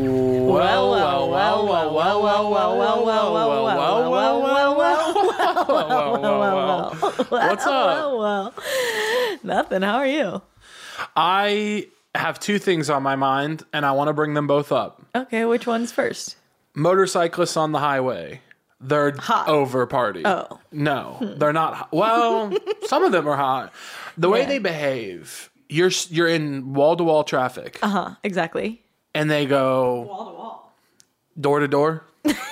Well, well, well, well, well, well, well, well, well, well, well, well, well, well, well, well, well, What's up? well. Nothing. How are you? I have two things on my mind, and I want to bring them both up. Okay, which one's first? Motorcyclists on the highway. They're Hot. over party. Oh. No, they're not. hot. Well, some of them are hot. The way they behave, you're s- you're in wall to wall traffic, Uh huh. Exactly. and they go wall to wall, door to door.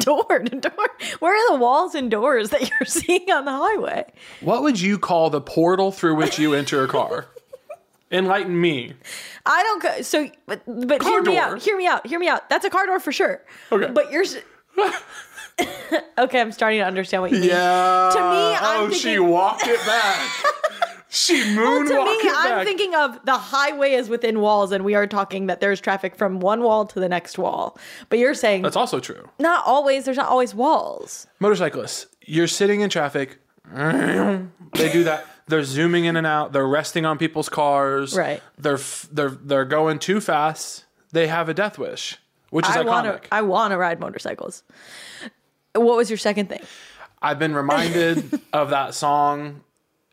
Door to door. Where are the walls and doors that you're seeing on the highway? What would you call the portal through which you enter a car? Enlighten me. I don't. Go, so, but, but Car hear me door. out. Hear me out. Hear me out. That's a car door for sure. Okay. But you're. s- okay, I'm starting to understand what you mean. Yeah. To me, oh, I'm she thinking- walked it back. she moonwalked to me, it I'm back. thinking of the highway is within walls, and we are talking that there's traffic from one wall to the next wall. But you're saying That's also true. not always. There's not always walls. Motorcyclists, you're sitting in traffic. They do that. They're zooming in and out. They're resting on people's cars. Right. They're f- they're they're going too fast. They have a death wish, which is I iconic. want to. I want to ride motorcycles. What was your second thing? I've been reminded of that song.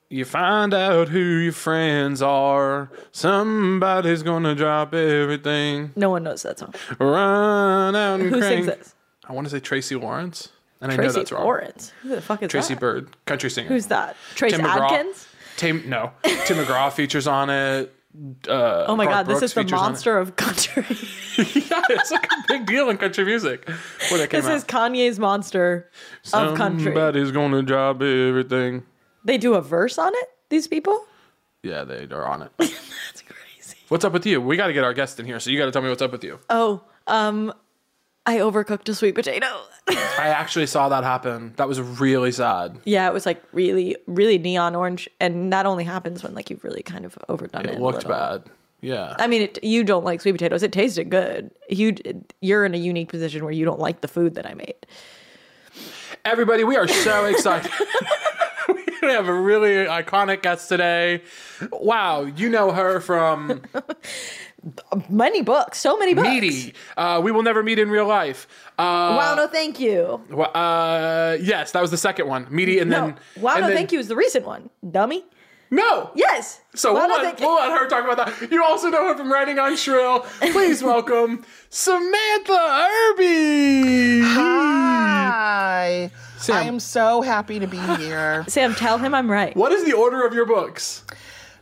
You find out who your friends are. Somebody's gonna drop everything. No one knows that song. Run out and Who crank. sings this? I want to say Tracy Lawrence, and I know Tracy that's wrong. Lawrence. Who the fuck is Tracy that? Bird, country singer. Who's that? Trace Tim McGraw. Adkins. Tim, no, Tim McGraw features on it. Uh, Oh my Garth god, this Brooks is the features on it. monster of country. yeah, it's like a big deal in country music when it came this out. is Kanye's monster of country. Somebody's gonna drop everything. They do a verse on it. These people. Yeah, they are on it. That's crazy. what's up with you? We got to get our guest in here, so you got to tell me what's up with you. Oh, um, I overcooked a sweet potato. I actually saw that happen. That was really sad. yeah, it was like really, really neon orange, and that only happens when like you've really kind of overdone it. It a looked little. bad. Yeah. I mean, it, you don't like sweet potatoes. It tasted good. You, you're in a unique position where you don't like the food that I made. Everybody, we are so excited. we have a really iconic guest today. Wow, you know her from Many books, so many books. Meaty. Uh, we will never meet in real life. Uh, Wow, no, thank you. wha- uh, yes, that was the second one. Meaty, and No, then wow, and no, then- thank you is the recent one, dummy. No, Yes. So wow, we'll no, let, thank we'll let her talk about that. You also know her from writing on Shrill. Please welcome Samantha Irby. Hi. I am so happy to be here. Sam, tell him I'm right. What is the order of your books?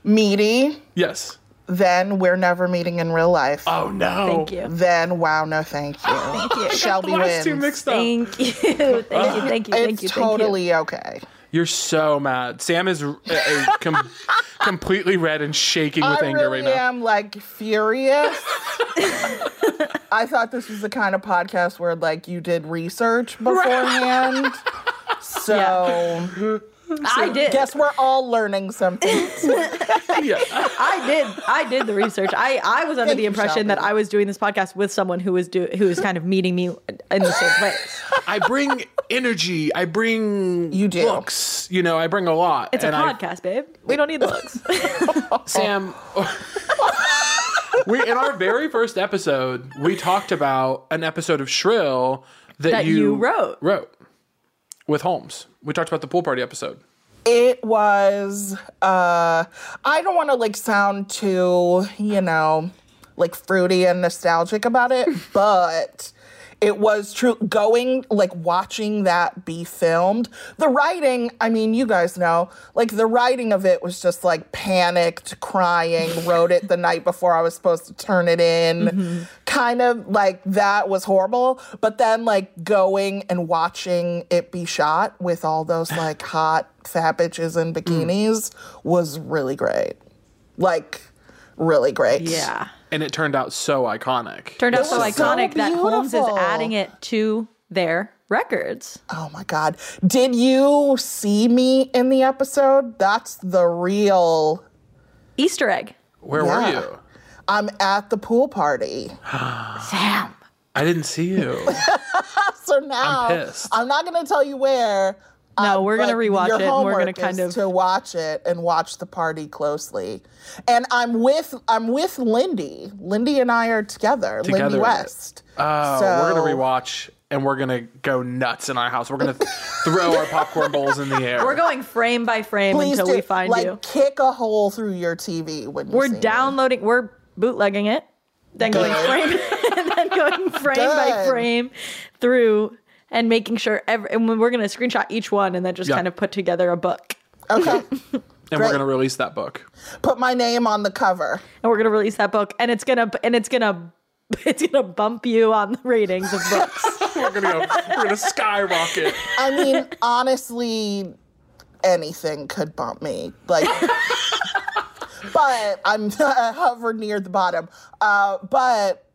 Meaty, Yes. then we're never meeting in real life. Oh no. Thank you. Then wow, no thank you. thank you. Shelby Why wins. is too mixed up? Thank you. Thank you. Thank you. Thank it's you. totally okay. You're so mad. Sam is uh, uh, com- completely red and shaking with I anger really right now. am like furious. I thought this was the kind of podcast where like you did research beforehand. So Thank you. I did. guess we're all learning something. Yeah. I did. I did the research. I, I was under Thank the you, impression Shelby. that I was doing this podcast with someone who was do who was kind of meeting me in the same place. I bring energy. I bring You do. books. You know, I bring a lot. It's a and I- podcast, babe. We don't need looks. Sam, we in our very first episode, we talked about an episode of Shrill that, That you wrote. wrote with Holmes. We talked about the pool party episode. it was uh i don't want to like sound too you know like fruity and nostalgic about it but It was true going like watching that be filmed. The writing, I mean, you guys know, like the writing of it was just like panicked, crying, wrote it the night before I was supposed to turn it in. Kind of like that was horrible, but then like going and watching it be shot with all those like hot fat bitches in bikinis was really great. Like really great. Yeah. and it turned out so iconic. Turned out This so is so iconic that Holmes is beautiful. adding it to their records. Oh my God. Did you see me in the episode? That's the real. Easter egg. Where Yeah. were you? I'm at the pool party. Sam. I didn't see you. So now pissed. I'm not going to tell you where. No, we're gonna but rewatch your it and we're gonna homework kind is of- to watch it and watch the party closely. And I'm with I'm with Lindy. Lindy and I are together. Together. Lindy West. Oh, So- we're gonna rewatch and we're gonna go nuts in our house. We're gonna throw our popcorn bowls in the air. We're going frame by frame Please until do, we find like, you. kick a hole through your TV when you We're see me. downloading, we're bootlegging it, then going Good. frame, and then going frame by Good. frame through and making sure every, and we're going to screenshot each one and then just Yeah. kind of put together a book. Okay. and great. we're gonna release that book. Put my name on the cover. And we're going to release that book and it's going to, and it's going to, it's going to bump you on the ratings of books. We're gonna go, we're gonna skyrocket. I mean, honestly, anything could bump me. Like, but I'm I hover near the bottom. Uh, but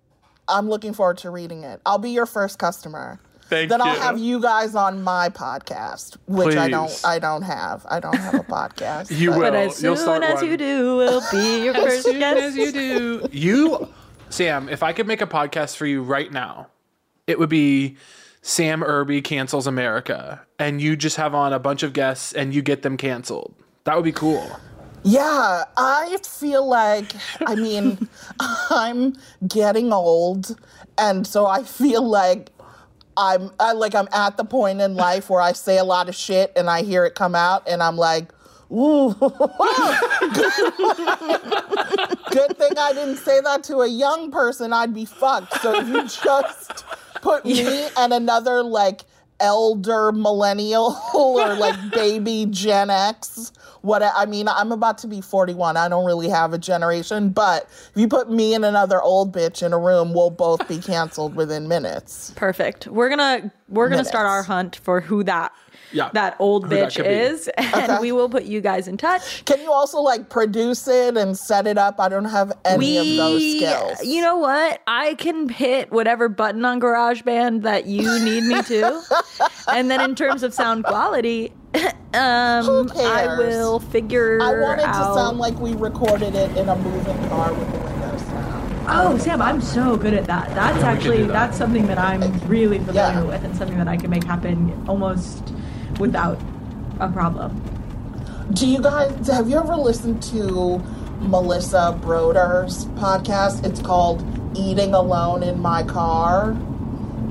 I'm looking forward to reading it. I'll be your first customer. Thank then you. I'll have you guys on my podcast, which I don't. Please. I don't have. I don't have a podcast. You but- will. but as You'll soon start as one. you do, we'll be your first guest. you do. You, Sam, if I could make a podcast for you right now, it would be Sam Irby Cancels America. And you just have on a bunch of guests and you get them canceled. That would be cool. Yeah, I feel like, I mean, I'm getting old, and so I feel like I'm I, like I'm at the point in life where I say a lot of shit and I hear it come out, and I'm like, ooh, good thing I didn't say that to a young person. I'd be fucked. So if you just put me and another like elder millennial or like baby Gen X. What I mean, I'm about to be 41. I don't really have a generation, but if you put me and another old bitch in a room, we'll both be canceled within minutes. Perfect. We're gonna we're gonna start our Minutes. hunt for who that Yeah. that old Who that bitch could be. is, and we will put you guys in touch. Can you also like produce it and set it up? I don't have any of those skills. you know what? I can hit whatever button on GarageBand that you need me to, and then in terms of sound quality, Who um, cares? I will figure I want it to out. sound like we recorded it in a moving car with the windows down. oh, Sam, I'm so good at that. That's actually do that. that's something that I'm really familiar Yeah. with, and something that I can make happen almost without a problem. Do you guys have you ever listened to Melissa Broder's podcast? It's called Eating Alone in My Car.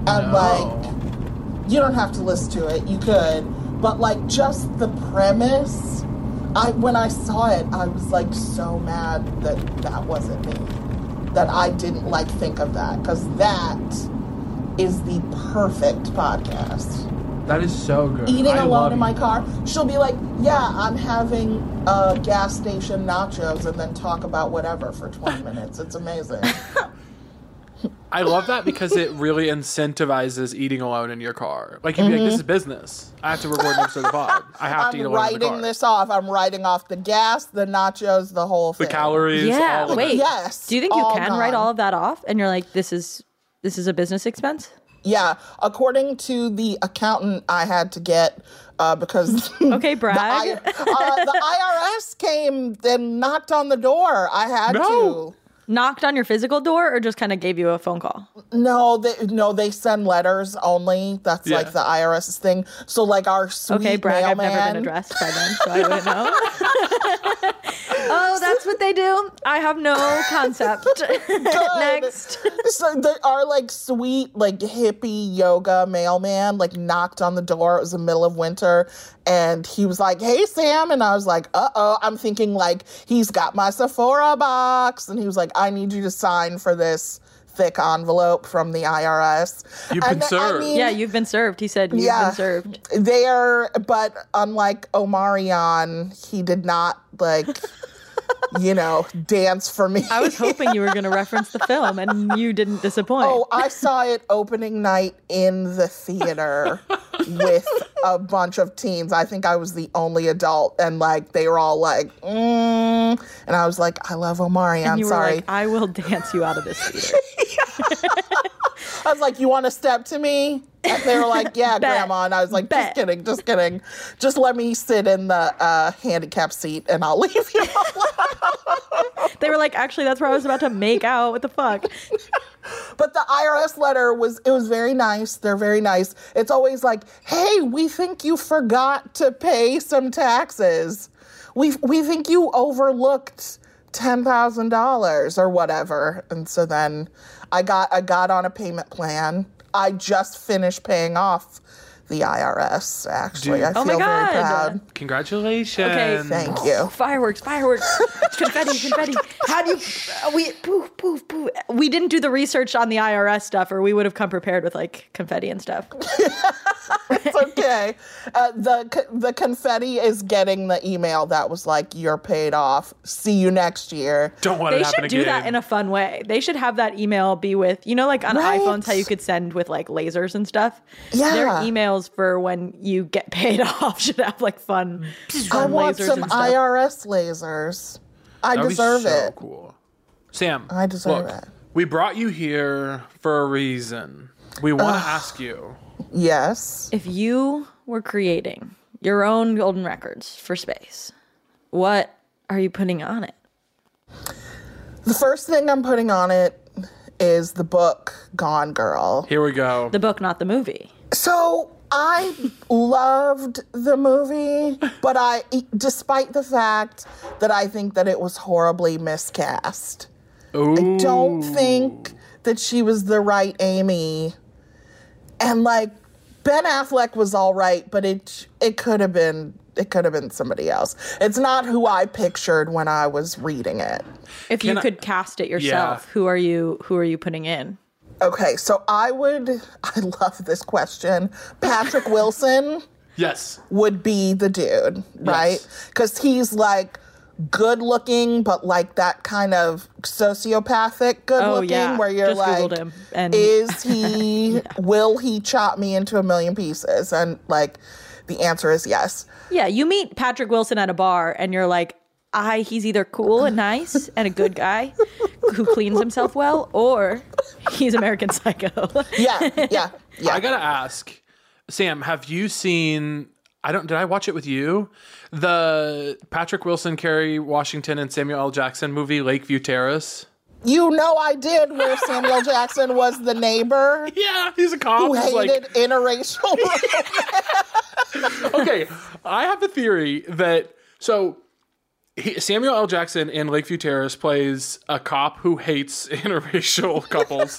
And like you don't have to listen to it. You could, but like just the premise. I when I saw it, I was like so mad that that wasn't me. That I didn't like think of that because that is the perfect podcast. That is so good. Eating I love alone in my you. car, she'll be like, "Yeah, I'm having uh, gas station nachos," and then talk about whatever for 20 minutes. It's amazing. I love that because it really incentivizes eating alone in your car. Like, you'd be like, this is business. I have to record an episode of the pod. I have to eat Mm-hmm. I'm alone in the writing car. this off. I'm writing off the gas, the nachos, the whole the thing. calories. Yeah, all of wait. it. Yes, Do you think you all can write gone. all of that off and you're like this is this is a business expense? Yeah, according to the accountant, I had to get uh, because Okay, brag. the, I, uh, the IRS came and knocked on the door. I had No. Knocked on your physical door or just kind of gave you a phone call? to. No, they no, they send letters only. That's Yeah. like the IRS's thing. So like our sweet Okay, brag. I've mailman. never been addressed by them, so I wouldn't know. oh, that's what they do. I have no concept. Next. So there are like sweet, like hippie yoga mailman, like knocked on the door. It was the middle of winter. And he was like, Hey, Sam. And I was like, Uh oh. I'm thinking, like, he's got my Sephora box. And he was like, I need you to sign for this thick envelope from the IRS. You've been And I served. mean, Yeah, you've been served. He said you've been served. There, but unlike Omarion, he did not like, you know, dance for me. I was hoping you were going to reference the film, and you didn't disappoint. Oh, I saw it opening night in the theater with a bunch of teens. I think I was the only adult, and like they were all like, mm. and I was like, I love Omarion. and you were sorry. like, I will dance you out of this theater. I was like, you want to step to me? And they were like, yeah, Bet. grandma. And I was like, Bet. just kidding, just kidding. Just let me sit in the uh, handicap seat and I'll leave you alone. they were like, actually, that's where I was about to make out. What the fuck? But the IRS letter was it was very nice. They're very nice. It's always like, "Hey, we think you forgot to pay some taxes. We we think you overlooked $10,000 or whatever." And so then I got I got on a payment plan. I just finished paying off the IRS actually. Dude. I feel Oh my God. very proud. Congratulations. Thank you. Fireworks, fireworks, confetti, confetti. How do you? uh, We poof, poof, poof. We didn't do the research on the IRS stuff, or we would have come prepared with like confetti and stuff. It's okay. Uh, the co- the confetti is getting the email that was like, "You're paid off. See you next year." Don't want They it to happen should do again. that in a fun way. They should have that email be with, you know, like on Right. iPhones, how you could send with like lasers and stuff. Their Yeah. emails for when you get paid off should have like fun, I fun want lasers some and stuff. IRS lasers. I That'd be deserve so it. Cool. Sam, I deserve look, it. We brought you here for a reason. We want to ask you. Yes. if you were creating your own golden records for space, what are you putting on it? The first thing I'm putting on it is the book Gone Girl. Here we go. The book, not the movie. So I loved the movie, but I, e, despite the fact that I think that it was horribly miscast, I don't think that she was the right Amy. And like Ben Affleck was all right, but it it could have been it could have been somebody else. It's not who I pictured when I was reading it. If Can you I- could cast it yourself, Yeah. who are you? Who are you putting in? Okay, so I would I love this question. Patrick Wilson. yes. would be the dude, right? Because he's like good looking, but like that kind of sociopathic good Oh, looking, yeah. where you're Just Googled like, him and- is he, will he chop me into a million pieces? And like, the answer is yes. Yeah, you meet Patrick Wilson at a bar, and you're like, I. He's either cool and nice and a good guy who cleans himself well, or he's American Psycho. Yeah, yeah, yeah. I gotta ask, Sam, have you seen? I don't. Did I watch it with you? The Patrick Wilson, Kerry Washington, and Samuel L. Jackson movie Lakeview Terrace. you know, I did where Samuel Jackson was the neighbor. Yeah, he's a cop. Who He's hated like, interracial? okay, I have a theory that so he, Samuel L. Jackson in Lakeview Terrace plays a cop who hates interracial couples,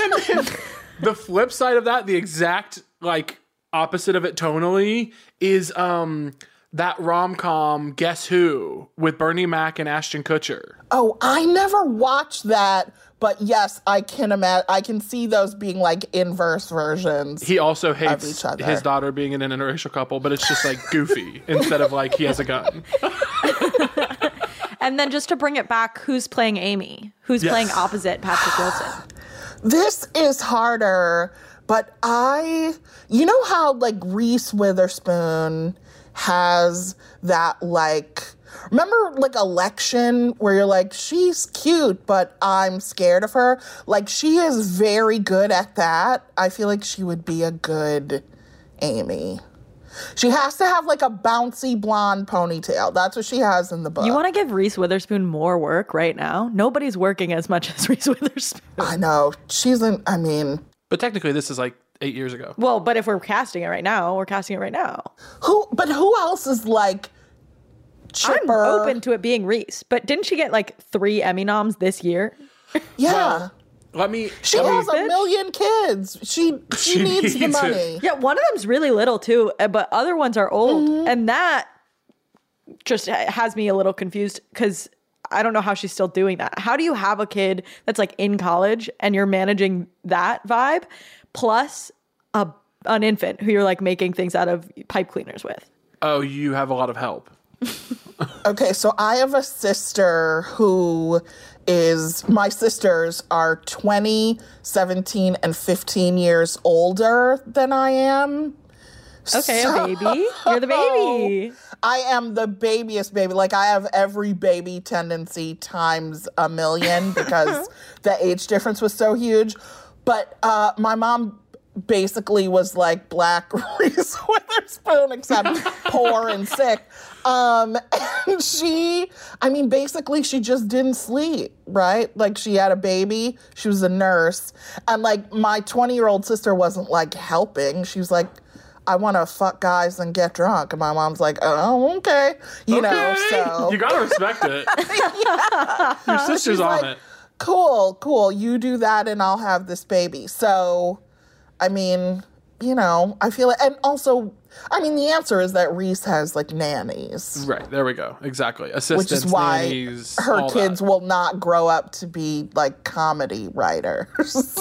and then the flip side of that, the exact like opposite of it tonally, is um that rom com Guess Who with Bernie Mac and Ashton Kutcher. oh, I never watched that, but yes, I can imagine. I can see those being like inverse versions. He also hates each other. his daughter being in an interracial couple, but it's just like goofy instead of like he has a gun. and then just to bring it back, who's playing Amy? Who's Yes. playing opposite Patrick Wilson? This is harder, but I, you know how like Reese Witherspoon has that like, remember like election where you're like, she's cute, but I'm scared of her? Like, she is very good at that. I feel like she would be a good Amy. She has to have like a bouncy blonde ponytail. That's what she has in the book. You want to give Reese Witherspoon more work right now? Nobody's working as much as Reese Witherspoon. I know. She's an, I mean, But technically, this is like eight years ago. Well, but if we're casting it right now, we're casting it right now. Who? But who else is like I'm chipper? open to it being Reese, but didn't she get like three Emmy noms this year? Yeah, Let me. she let me- has a bitch. million kids. She she, She needs, the needs it. money. Yeah, one of them's really little too, uh, but other Mm-hmm. ones are old, and that just ha- has me a little confused because I don't know how she's still doing that. How do you have a kid that's like in college and you're managing that vibe plus a an infant who you're like making things out of pipe cleaners with? Oh, you have a lot of help. Okay, so I have a sister who is my sisters are 20, 17 and 15 years older than I am. Okay, a baby. You're the baby. I am the babyest baby. Like I have every baby tendency times a million because the age difference was so huge. But uh, my mom basically was like black Reese Witherspoon, except poor and sick. Um, and she, I mean, basically she just didn't sleep, right? Like she had a baby, she was a nurse, and like my 20 year old sister wasn't like helping. She was like, I want to fuck guys and get drunk. And my mom's like, oh, okay. You know, Okay. so. You gotta respect it. Your sister's on like- it. cool, cool. You do that and I'll have this baby. So, I mean, you know, I feel it. And also, I mean, the answer is that Reese has like nannies, Right, there we go. Exactly. Assistants, which is why nannies, her all kids that. will not grow up to be like comedy writers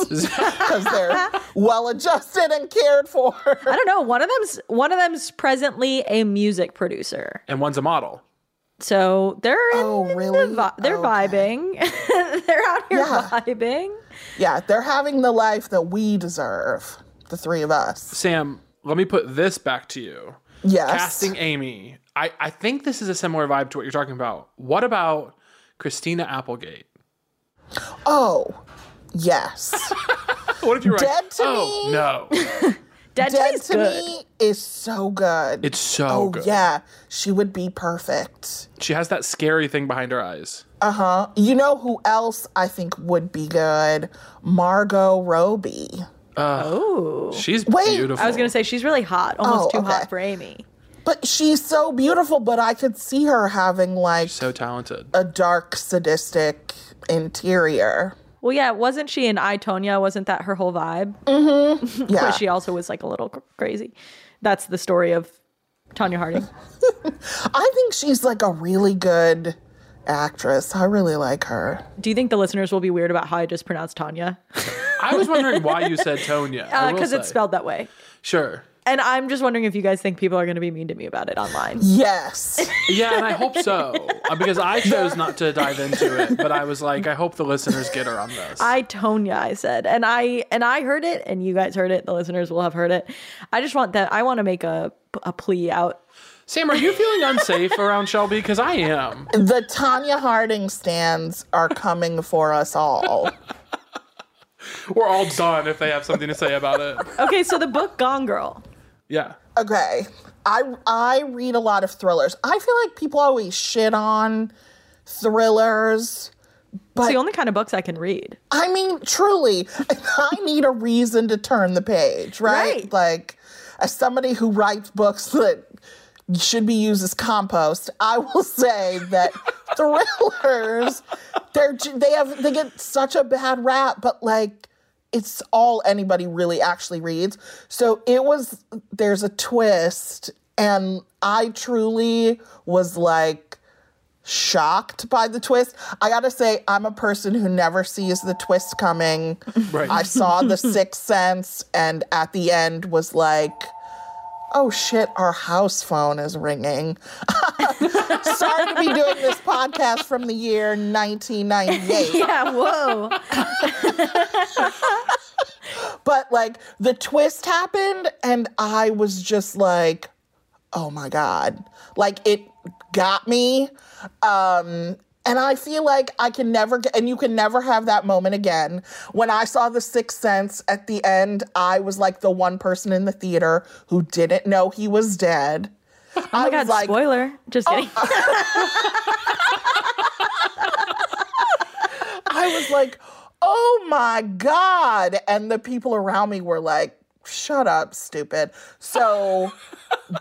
because they're well adjusted and cared for. I don't know. One of them's one of them's presently a music producer, and one's a model. so they're in, Oh, in the really? vi- they're Okay. vibing. they're out here Yeah. vibing. Yeah, they're having the life that we deserve, the three of us. Sam, let me put this back to you. Yes. Casting Amy. I, I think this is a similar vibe to what you're talking about. What about Christina Applegate? Oh, yes. What if you're right? Dead to oh, me. no. Dead, Dead City's to good. Me is so good. It's so oh good. yeah, she would be perfect. She has that scary thing behind her eyes. Uh huh. You know who else I think would be good? Margot Robbie. She's Wait. beautiful. I was gonna say she's really hot, almost Oh, too okay. hot for Amy. But she's so beautiful. But I could see her having like so talented. a dark, sadistic interior. Well, yeah, wasn't she in I Tonya? Wasn't that her whole vibe? Yeah. But she also was like a little cr- crazy. That's the story of Tanya Harding. I think she's like a really good actress. I really like her. Do you think the listeners will be weird about how I just pronounced Tanya? I was wondering why you said Tonya. I will Because Uh, it's say. spelled that way. Sure. And I'm just wondering if you guys think people are going to be mean to me about it online. Yes. Yeah, and I hope so. Uh, Because I chose not to dive into it, but I was like, I hope the listeners get her on this. I Tonya, I said, and I and I heard it, and you guys heard it. The listeners will have heard it. I just want that. I want to make a a plea out. Sam, are you feeling unsafe around Shelby? Because I am. the Tanya Harding stands are coming for us all. We're all done if they have something to say about it. Okay, so the book Gone Girl. Yeah. Okay. I I read a lot of thrillers. I feel like people always shit on thrillers. It's the only kind of books I can read. I mean, truly, I need a reason to turn the page, right? Right. Like as somebody who writes books that should be used as compost, I will say that thrillers they're ju- they have they get such a bad rap, but like it's all anybody really actually reads. So it was there's a twist and I truly was like shocked by the twist. I got to say I'm a person who never sees the twist coming. Right. I saw The Sixth Sense and at the end was like Oh shit, our house phone is ringing. Sorry to be doing this podcast from the year 1998. Yeah, whoa. But like the twist happened, and I was just like, oh my God. Like it got me. Um, and I feel like I can never get, and you can never have that moment again. When I saw The Sixth Sense at the end, I was like the one person in the theater who didn't know he was dead. Oh my I got spoiler. Just kidding. oh, I was like, oh my God. And the people around me were like, shut up, stupid. So,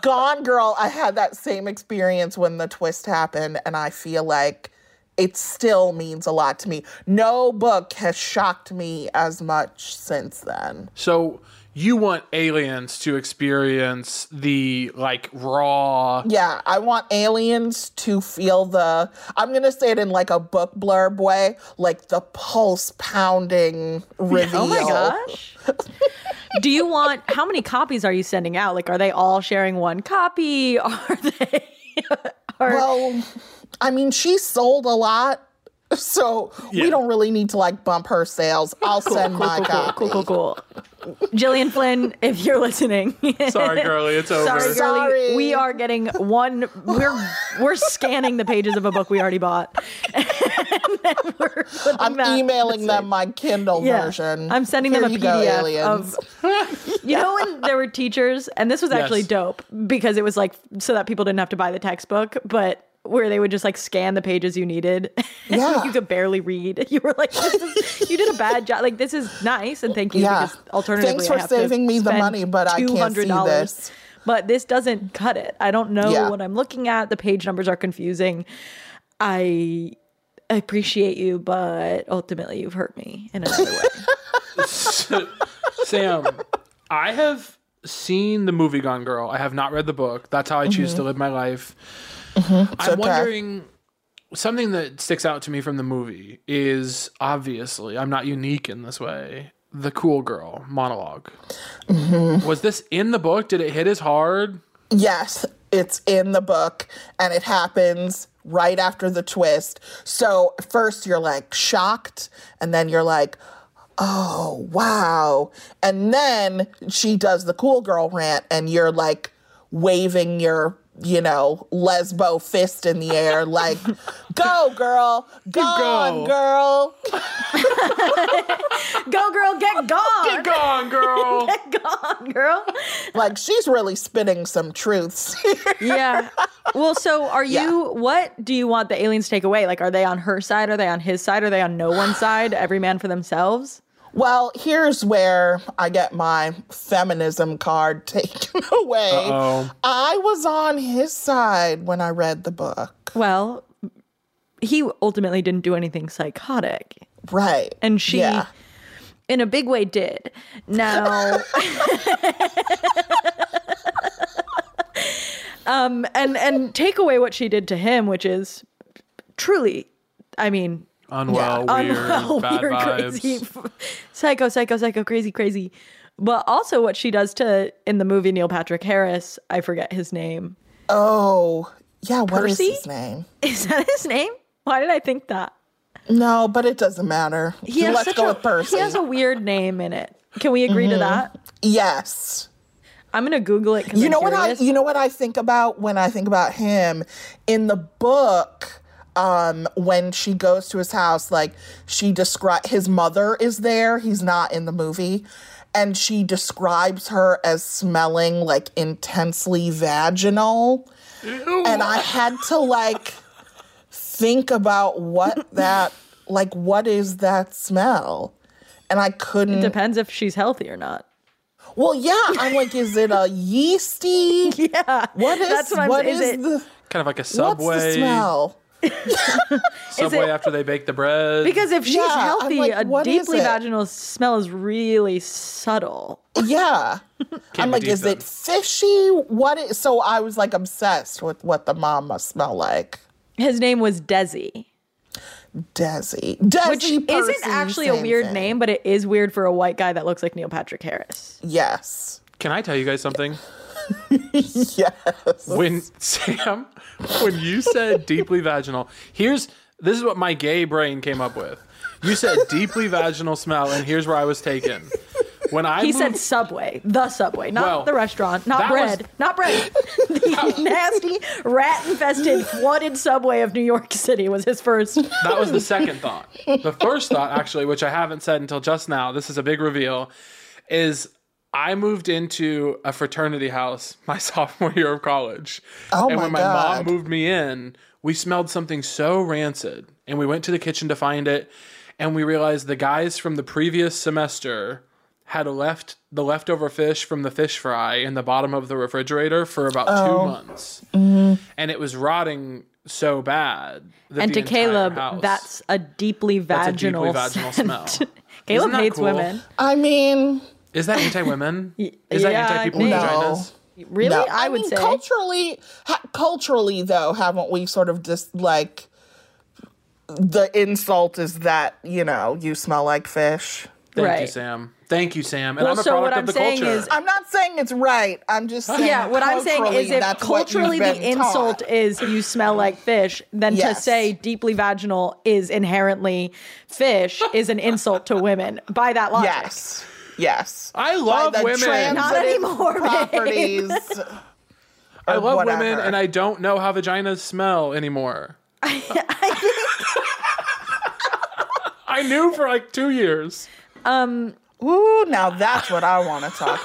Gone Girl, I had that same experience when the twist happened. And I feel like it still means a lot to me. No book has shocked me as much since then. So you want aliens to experience the like raw Yeah, I want aliens to feel the. I'm gonna say it in like a book blurb way, like the pulse pounding reveal. Oh my gosh. Do you want how many copies are you sending out? Like are they all sharing one copy? Are they are, Well, I mean, she sold a lot, so Yeah. we don't really need to like bump her sales. I'll send my copy. cool, cool, cool. Jillian Flynn, if you're listening. sorry girly it's over Sorry, girly. Sorry. We are getting one. We're we're scanning the pages of a book we already bought. And then we're putting I'm that- emailing them my Kindle Yeah. version. I'm sending them Here a you go, PDF aliens. of. You know when there were teachers, and this was actually Yes. dope because it was like so that people didn't have to buy the textbook, but where they would just like scan the pages you needed. Yeah. you could barely read. You were like, this is, you did a bad job. Like this is nice, and thank you. Yeah. Because alternatively, Thanks I for have saving to me the spend money, but I can't see $200. this. But this doesn't cut it. I don't know Yeah. what I'm looking at. The page numbers are confusing. I appreciate you, but ultimately you've hurt me in another way. Sam, I have seen the movie Gone Girl. I have not read the book. That's how I choose Mm-hmm. to live my life. I'm okay. wondering something that sticks out to me from the movie is obviously I'm not unique in this way. The cool girl monolog Mm-hmm. Was this in the book? Did it hit as hard? Yes, it's in the book and it happens right after the twist. So, first you're like shocked, and then you're like, oh, wow. And then she does the cool girl rant, and you're like waving your, you know, lesbo fist in the air, like, go, girl, go, on, girl. Go, girl, get gone. Get Gone girl. gone, girl. Like, she's really spitting some truths. Yeah. Well, so are you, Yeah. what do you want the aliens to take away? Like, are they on her side? Are they on his side? Are they on no one's side? Every man for themselves? Well, here's where I get my feminism card taken away. Uh-oh. I was on his side when I read the book. Well, he ultimately didn't do anything psychotic. Right. And she, Yeah. in a big way, did. Now. um, and, and take away what she did to him, which is truly, I mean, Unwell, weird, unwell, bad weird, vibes. crazy, psycho, psycho, psycho, crazy, crazy. But also what she does to in the movie Neil Patrick Harris, I forget his name. Oh, yeah. What is Percy? his name? Is that his name? Why did I think that? No, but it doesn't matter. He has Let's such go a, with Percy. He has a weird name in it. Can we agree to that? yes. I'm gonna Google it. 'cause You I'm know what I? curious. You know what I think about when I think about him in the book. Um, when she goes to his house, like she describes his mother is there. He's not in the movie, and she describes her as smelling like intensely vaginal. And I had to like think about what that like. What is that smell? And I couldn't. depends if she's healthy or not. Well, yeah, I'm like, is it a yeasty? Yeah, What is that's what I'm what saying. is Is it- the kind of like a what's the subway. smell? Subway it- after they bake the bread. Because if she's Yeah, I'm healthy, like, a what is deeply it? vaginal smell is really subtle. Yeah. I'm be like, deep is then. it fishy? What is so I was like obsessed with what the mom must smell like. His name was Desi. Desi. Desi which Percy, isn't actually a same weird thing. name, but it is weird for a white guy that looks like Neil Patrick Harris. Yes. Can I tell you guys something? Yes. when Sam, when you said deeply vaginal, here's this is what my gay brain came up with. You said deeply vaginal smell, and here's where I was taken. When I He moved, said Subway, the Subway, not Well, the restaurant, not that was- bread, not bread. the nasty, rat-infested, flooded Subway of New York City was his first. that was the second thought. The first thought, actually, which I haven't said until just now, this is a big reveal, is I moved into a fraternity house my sophomore year of college. Oh and my when my God. mom moved me in, we smelled something so rancid, and we went to the kitchen to find it, and we realized the guys from the previous semester had left the leftover fish from the fish fry in the bottom of the refrigerator for about two months, and it was rotting so bad. that and the to entire Caleb, house- that's a deeply a deeply vaginal, vaginal scent. smell. Isn't Caleb that hates cool? women. I mean, Is that anti women? Is that yeah, anti people I in think- vaginas? Really? No, I, would mean, say. culturally, ha- culturally though, haven't we sort of just like the insult is that you know you smell like fish. Thank you, Right. Sam. Thank you, Sam. And Well, I'm a so product what of I'm the saying culture. is- I'm not saying it's right. I'm just saying yeah, what I'm saying is culturally, if that's what you've culturally the been insult taught. is you smell like fish, then to Yes. say deeply vaginal is inherently fish is an insult to women by that logic. yes, yes. I love By the women. Not transitive anymore, babe. Properties. I love women, whatever. and I don't know how vaginas smell anymore. I knew for like two years. Ooh, now that's what I want to talk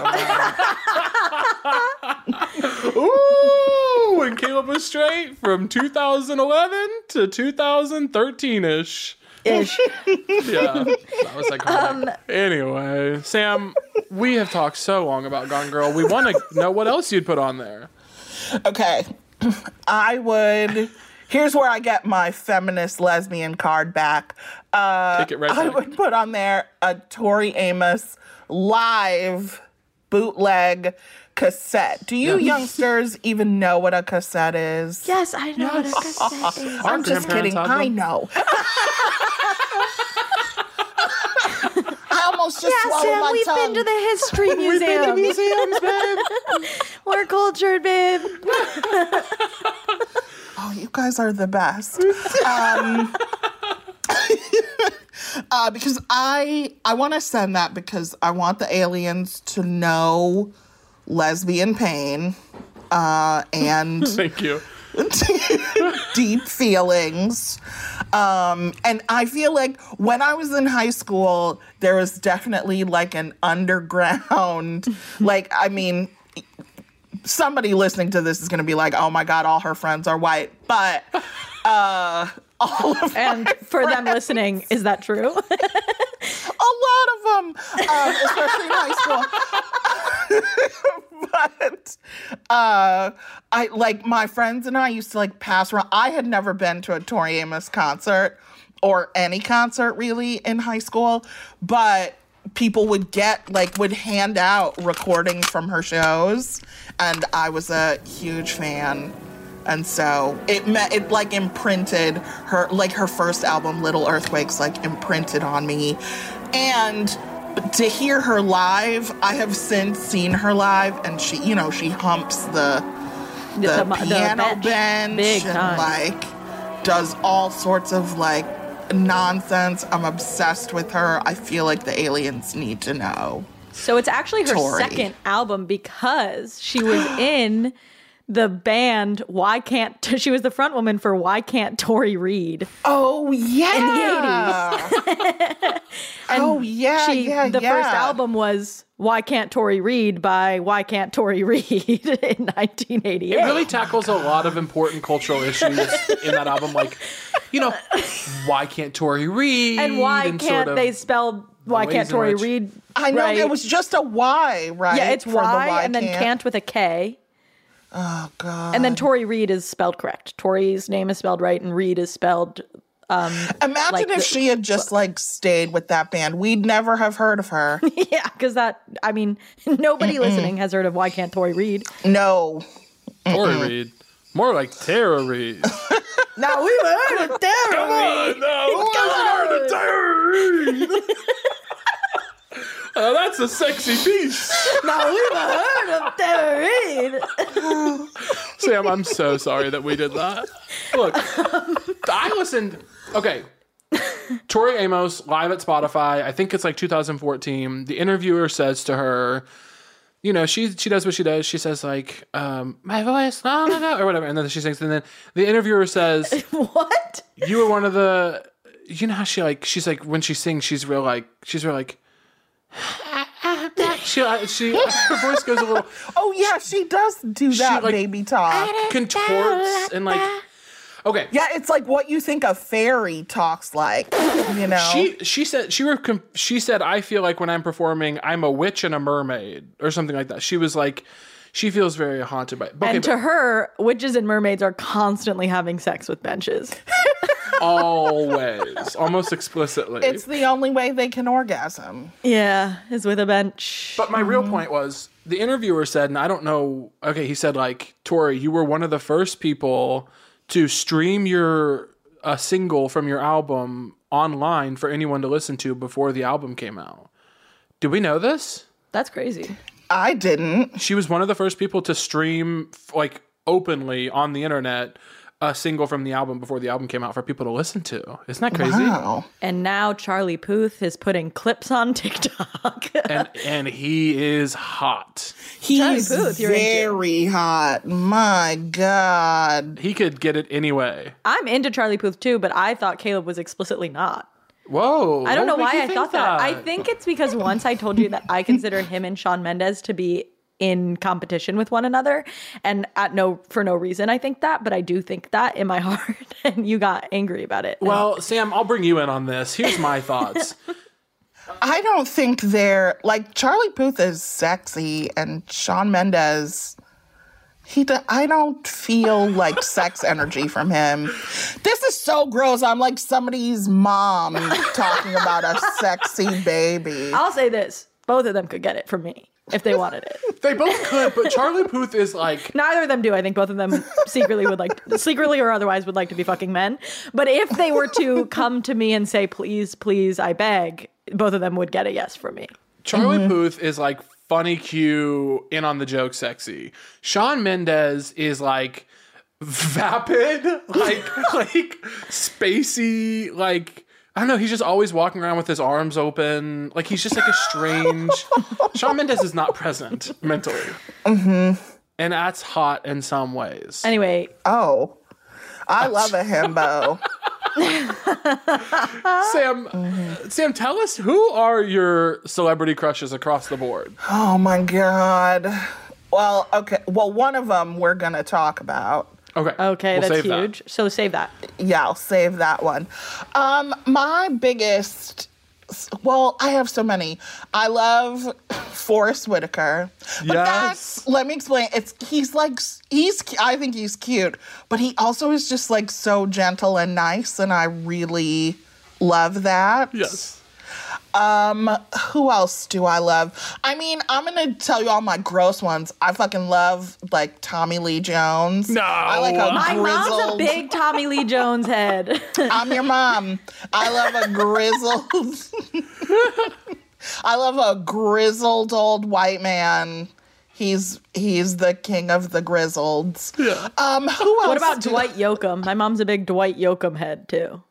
about. Ooh, and Caleb was straight from 2011 to 2013 ish. Ish. Yeah, that was like. anyway, Sam, we have talked so long about Gone Girl. We want to know what else you'd put on there. Okay. I would. Here's where I get my feminist lesbian card back. Uh, Take it right I back. would put on there a Tori Amos live bootleg cassette. Do you youngsters even know what a cassette is? Yes, I know what a cassette is. Our I'm grandparents just kidding. had I them. know. I almost just Yeah, swallowed Sam, my we've tongue. been to the history museum. Museums, babe. We're cultured, babe. Oh, you guys are the best. Um, uh, because I I want to send that because I want the aliens to know lesbian pain uh, and Thank you. deep feelings. Um, and I feel like when I was in high school, there was definitely like an underground, like, I mean, somebody listening to this is going to be like, oh my God, all her friends are white. But uh, all of And for them listening, is that true? a lot of them, um, especially in high school. but uh, I like my friends and I used to like pass around. I had never been to a Tori Amos concert or any concert really in high school, but people would get like would hand out recordings from her shows, and I was a huge fan. And so it met, it like imprinted her, like her first album, Little Earthquakes, like imprinted on me. And to hear her live, I have since seen her live, and she, you know, she humps the the, The mu- the piano bench. bench, Big and time. like does all sorts of like nonsense. I'm obsessed with her. I feel like the aliens need to know. So it's actually her Tori. second album because she was in the band Why Can't she was the front woman for Why Can't Tori Reed. Oh yeah, In Uh, the oh yeah, she yeah, the first yeah. album was Why Can't Tori Reed by Why Can't Tori Reed in 1988. It really tackles a lot of important cultural issues in that album, like you know, why can't Tori read? and why and sort can't of- they spell Why ways Can't in Tori which- Reed? I know right? it was just a Y, right? yeah, it's for Y, the and then can't. with a K. Oh god. And then Tori Reed is spelled correct. Tori's name is spelled right and Reed is spelled Imagine like if the- she had just like stayed with that band. We'd never have heard of her. Yeah, because that, I mean, nobody listening has heard of Why Can't Tori Read. no. Tori read? More like Tara read. Now we would heard of them. no, I heard of Tara that's a sexy piece. No, we've heard of Tori Read. Sam, I'm so sorry that we did that. Look, Um, I listened. Okay. Tori Amos live at Spotify. I think it's like 2014. The interviewer says to her, you know, she she does what she does. She says like, um, my voice, la, la, la, or whatever, and then she sings. And then the interviewer says, What? you were one of the you know how she like she's like when she sings she's real like she's real like she uh, she her voice goes a little Oh yeah, she does do that like- baby talk. contorts and like okay Yeah, it's like what you think a fairy talks like, you know. she she said she were com- she said I feel like when I'm performing I'm a witch and a mermaid or something like that she was like she feels very haunted by okay, but- and to her, witches and mermaids are constantly having sex with benches. Always. Almost explicitly. It's the only way they can orgasm. Yeah, is with a bench. But my real point was the interviewer said, and I don't know. Okay, he said like Tori, you were one of the first people to stream your a single from your album online for anyone to listen to before the album came out. Do we know this? That's crazy. I didn't. She was one of the first people to stream f- like openly on the internet a single from the album before the album came out for people to listen to. Isn't that crazy? Wow. And now Charlie Puth is putting clips on TikTok. And and he is hot. He's Puth, you're into. very hot. My God. He could get it anyway. I'm into Charlie Puth too, but I thought Caleb was explicitly not. Whoa. I don't know what would why make you I think thought that. I think it's because once I told you that I consider him and Sean Mendez to be in competition with one another and at no for no reason I think that, but I do think that in my heart and you got angry about it. Well, Sam, I'll bring you in on this. Here's my thoughts. I don't think they're like Charlie Puth is sexy and Sean Mendez. He, do, I don't feel like sex energy from him. This is so gross. I'm like somebody's mom talking about a sexy baby. I'll say this. Both of them could get it from me if they wanted it. they both could, but Charlie Puth is like Neither of them do. I think both of them secretly would like, secretly or otherwise, would like to be fucking men. But if they were to come to me and say, please, please, I beg, both of them would get a yes from me. Charlie Puth is like funny Q in on the joke sexy. Sean Mendez is like vapid, like like spacey, like I don't know, he's just always walking around with his arms open. Like he's just like a strange Sean Mendez is not present mentally. Mm-hmm. And that's hot in some ways. Anyway, Oh, I love a himbo. Sam, Mm-hmm. Sam, tell us who are your celebrity crushes across the board? Oh my God. Well, okay. Well, one of them we're going to talk about. Okay. okay, we'll that's save that. huge. So save that. yeah, I'll save that one. Um, my biggest, well, I have so many. I love Forrest Whitaker, but Yes. that's let me explain. It's he's like he's I think he's cute, but he also is just like so gentle and nice, and I really love that. Um, Yes. Who else do I love? I mean, I'm gonna tell you all my gross ones. I fucking love like Tommy Lee Jones. No. I like a My mom's a grizzled- big Tommy Lee Jones head. I'm your mom. I love a grizzled. I love a grizzled old white man. He's he's the king of the grizzleds. Um, who else? what about did- Dwight Yoakam? My mom's a big Dwight Yoakam head too.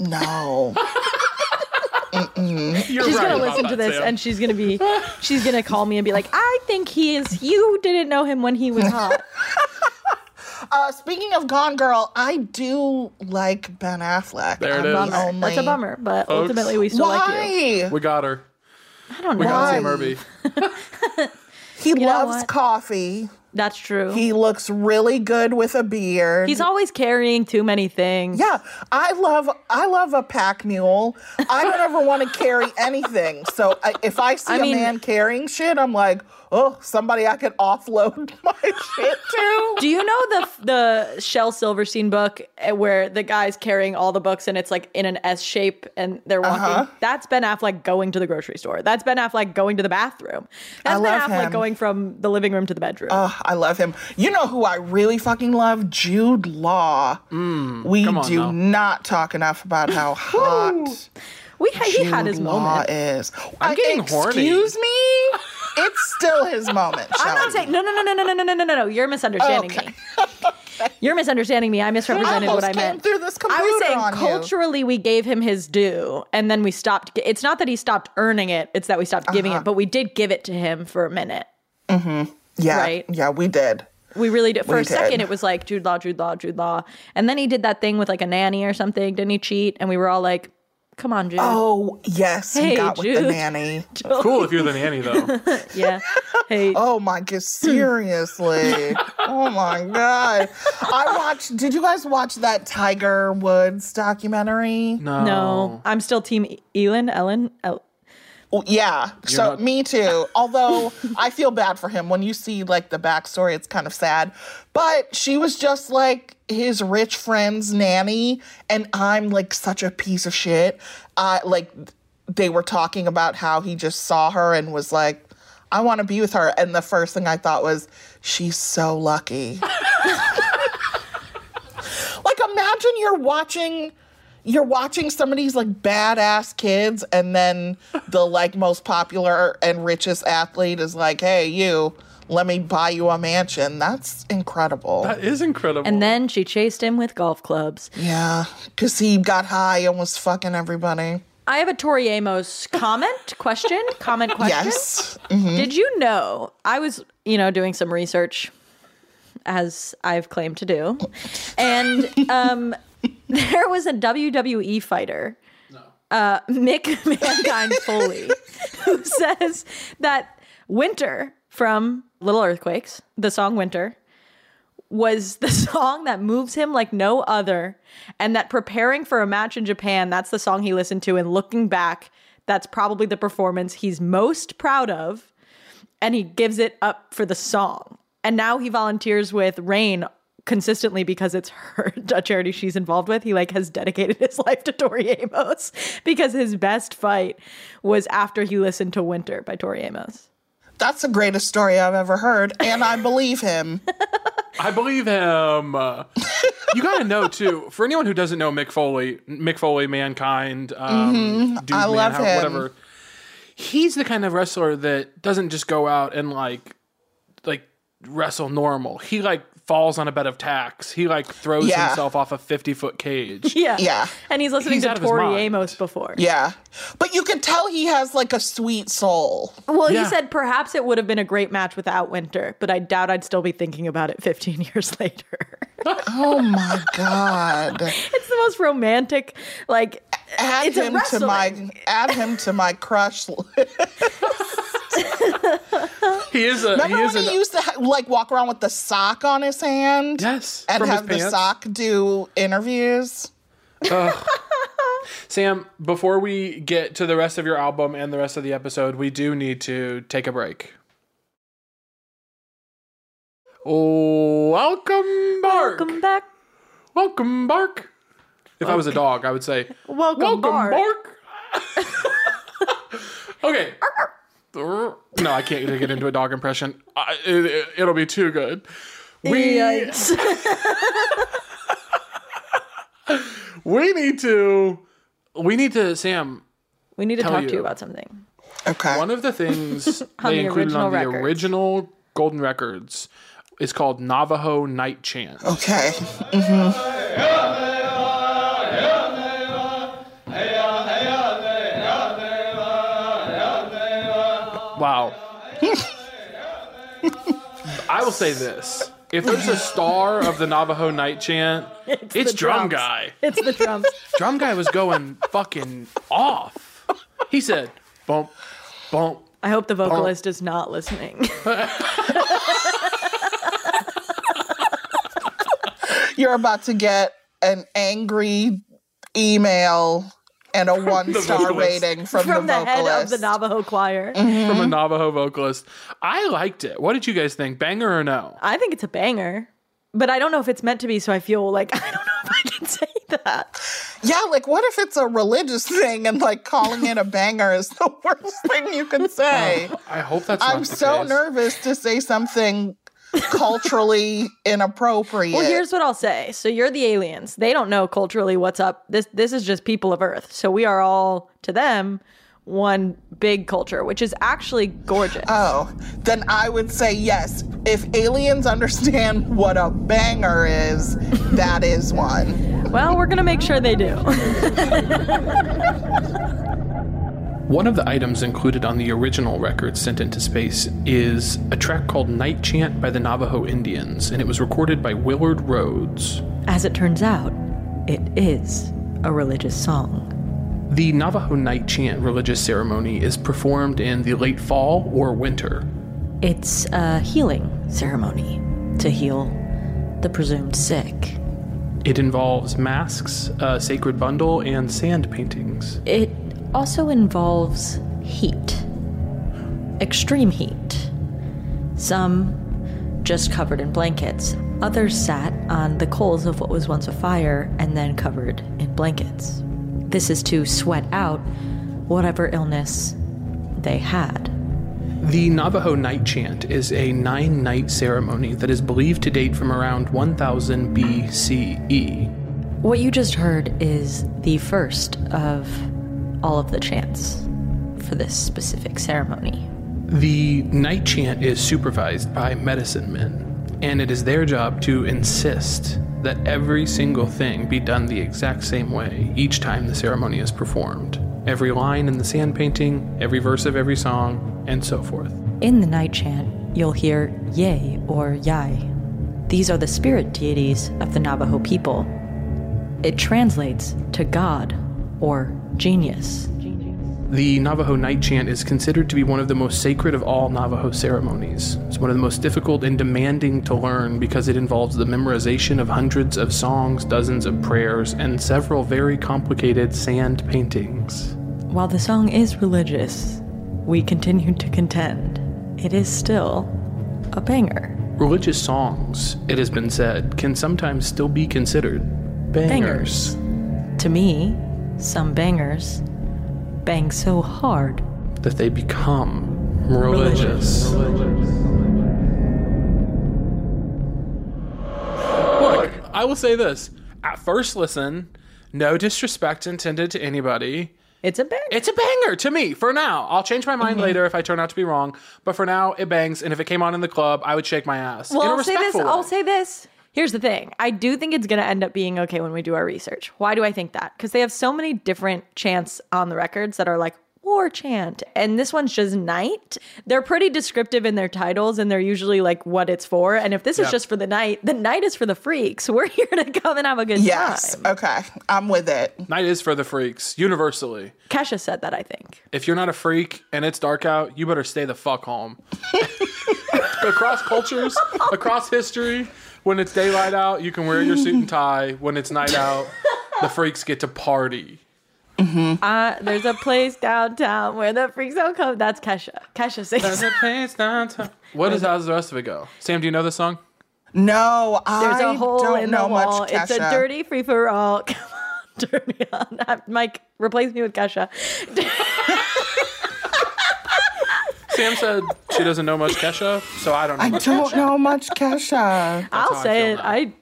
No. You're She's right gonna about listen that, to this Sam. and she's gonna be, she's gonna call me and be like, I think he is. You didn't know him when he was hot. Uh, speaking of Gone Girl, I do like Ben Affleck. There it I'm is. the Only. That's a bummer, but Folks. ultimately we still like you. Why? we got her. I don't We know. got Sam Why? Irby. He loves what? coffee. That's true. He looks really good with a beard. He's always carrying too many things. Yeah, I love I love a pack mule. I don't ever want to carry anything. So I, if I see I a mean- man carrying shit, I'm like, oh, somebody I could offload my shit to. Do you know the the Shel Silverstein book eh, where the guy's carrying all the books and it's like in an S shape and they're walking? Uh-huh. That's Ben Affleck going to the grocery store. That's Ben Affleck going to the bathroom. That's Ben I love Affleck him. going from the living room to the bedroom. Ugh, I love him. You know who I really fucking love? Jude Law. we Mm, come on do now. not talk enough about how hot we he had his Jude Law moment. is. I'm Uh, getting horny. excuse me. It's still his moment. I'm not Shelby. saying no, no, no, no, no, no, no, no, no, no, no. You're misunderstanding me. You're misunderstanding me. I misrepresented I what I almost came meant. through I was this computer saying on you. culturally we gave him his due and then we stopped. gi- It's not that he stopped earning it, it's that we stopped giving Uh-huh. it, but we did give it to him for a minute. yeah, right. yeah, we did. We really did. For We a second, did. it was like Jude Law, Jude Law, Jude Law. And then he did that thing with like a nanny or something. Didn't he cheat? And we were all like, come on, Jude. Oh yes, Hey, he got with Jude. the nanny. Cool if you're the nanny though. Yeah. Hey, Oh my god, seriously. oh my god. I watched did you guys watch that Tiger Woods documentary? No. no. I'm still team Elin, E-, Ellen. El- Well, yeah. so not- me too. Although I feel bad for him when you see like the backstory, it's kind of sad. But she was just like his rich friend's nanny, and I'm like such a piece of shit. Uh, like they were talking about how he just saw her and was like, "I want to be with her," and the first thing I thought was, "She's so lucky." like imagine you're watching you're watching some of these like badass kids and then the like most popular and richest athlete is like hey you let me buy you a mansion that's incredible That is incredible. And then she chased him with golf clubs. yeah because he got high and was fucking everybody I have a Tori Amos comment, question, comment, question. yes Did you know I was, you know, doing some research as I've claimed to do, and um, there was a WWE fighter, uh, Mick Mankind Foley, who says that Winter from Little Earthquakes, the song Winter, was the song that moves him like no other, and that preparing for a match in Japan, that's the song he listened to, and looking back, that's probably the performance he's most proud of, and he gives it up for the song. And now he volunteers with Rain consistently because it's her a charity she's involved with. He like has dedicated his life to Tori Amos because his best fight was after he listened to Winter by Tori Amos. that's the greatest story i've ever heard and i believe him I believe him. Uh, you gotta know too. For anyone who doesn't know Mick Foley, Mick Foley, Mankind, um, Dude Mm-hmm. I Man, love how- him. whatever. He's the kind of wrestler that doesn't just go out and like, like wrestle normal. He like falls on a bed of tacks. He like throws Yeah. himself off a fifty foot cage. Yeah. Yeah. And he's listening He's to out of his Tori mind. Amos before. yeah but you can tell he has like a sweet soul Well, Yeah. he said perhaps it would have been a great match without Winter, but I doubt I'd still be thinking about it 15 years later. oh my god it's the most romantic, like, add It's a him to my wrestling. add him to my crush He is a he Remember is when an he used to ha- like walk around with the sock on his hand? yes And from his have the pants. sock do interviews? Sam, before we get to the rest of your album and the rest of the episode, we do need to take a break. Welcome, Bark. welcome back. Welcome, Bark. If I was a dog, I would say, Welcome, Welcome, Bart. Bark. okay. No, I can't get into a dog impression. I, it, it'll be too good. We Yikes. we need to we need to Sam we need to Tell talk to you. you about something. Okay. One of the things On they the included on original the records. original Golden Records is called Navajo Night Chant. okay. Wow. I will say this. If there's a star of the Navajo Night Chant, it's, the Drum drums. Guy. It's the drums. Drum Guy was going fucking off. He said, bump, bump. I hope the vocalist is not listening. You're about to get an angry email and a one star vocalist. rating from, From the the head of vocalist. Mm-hmm. the Navajo choir. From a Navajo vocalist. I liked it. What did you guys think? Banger or no? I think it's a banger, but I don't know if it's meant to be, so I feel like I don't know if I can say that. yeah, like what if it's a religious thing and like calling it a banger is the worst thing you can say? I hope that's Oh, not I'm the so case. nervous to say something culturally inappropriate. Well, here's what I'll say. So you're the aliens. They don't know culturally what's up. This this is just people of Earth. So we are all to them one big culture, which is actually gorgeous. Oh, then I would say yes. If aliens understand what a banger is, that is one. well, we're gonna make sure they do. One of the items included on the original record sent into space is a track called Night Chant by the Navajo Indians, and it was recorded by Willard Rhodes. As it turns out, it is a religious song. The Navajo Night Chant religious ceremony is performed in the late fall or winter. It's a healing ceremony to heal the presumed sick. It involves masks, a sacred bundle, and sand paintings. It also involves heat. extreme heat. Some just covered in blankets. Others sat on the coals of what was once a fire and then covered in blankets. This is to sweat out whatever illness they had. The Navajo Night Chant is a nine night ceremony that is believed to date from around 1000 BCE. What you just heard is the first of all of the chants for this specific ceremony. The night chant is supervised by medicine men, and it is their job to insist that every single thing be done the exact same way each time the ceremony is performed. Every line in the sand painting, every verse of every song, and so forth. In the night chant, you'll hear Yay or Yai. These are the spirit deities of the Navajo people. It translates to God or genius. The Navajo night chant is considered to be one of the most sacred of all Navajo ceremonies. It's one of the most difficult and demanding to learn because it involves the memorization of hundreds of songs, dozens of prayers, and several very complicated sand paintings. While the song is religious, we continue to contend it is still a banger. Religious songs, it has been said, can sometimes still be considered bangers. Bangers. To me, some bangers bang so hard that they become religious. Look, I will say this. At first listen, no disrespect intended to anybody. it's a banger. It's a banger to me for now. I'll change my Mm-hmm. mind later if I turn out to be wrong, but for now it bangs and if it came on in the club, I would shake my ass. Well, in a I'll say this. respectful I'll way. say this. Here's the thing. I do think it's going to end up being okay when we do our research. Why do I think that? Because they have so many different chants on the records that are like war chant, and this one's just night. They're pretty descriptive in their titles, and they're usually like what it's for. And if this Yeah. is just for the night, the night is for the freaks. We're here to come and have a good Yes. time. Okay. I'm with it. Night is for the freaks, universally. Kesha said that. I think. If you're not a freak and it's dark out, you better stay the fuck home. across cultures, across history, when it's daylight out, you can wear your suit and tie. When it's night out, the freaks get to party. Uh, there's a place downtown where the freaks don't come. That's Kesha. Kesha sings. There's a place downtown. What is how's the rest of it go? Sam, do you know this song? No, There's I a hole don't in know the wall. much. It's a Kesha. dirty free for all. Come on, turn me on. Uh, Mike, replace me with Kesha. Sam said she doesn't know much Kesha, so I don't know. I much don't Kesha. know much, Kesha. I'll how I say feel it. now. I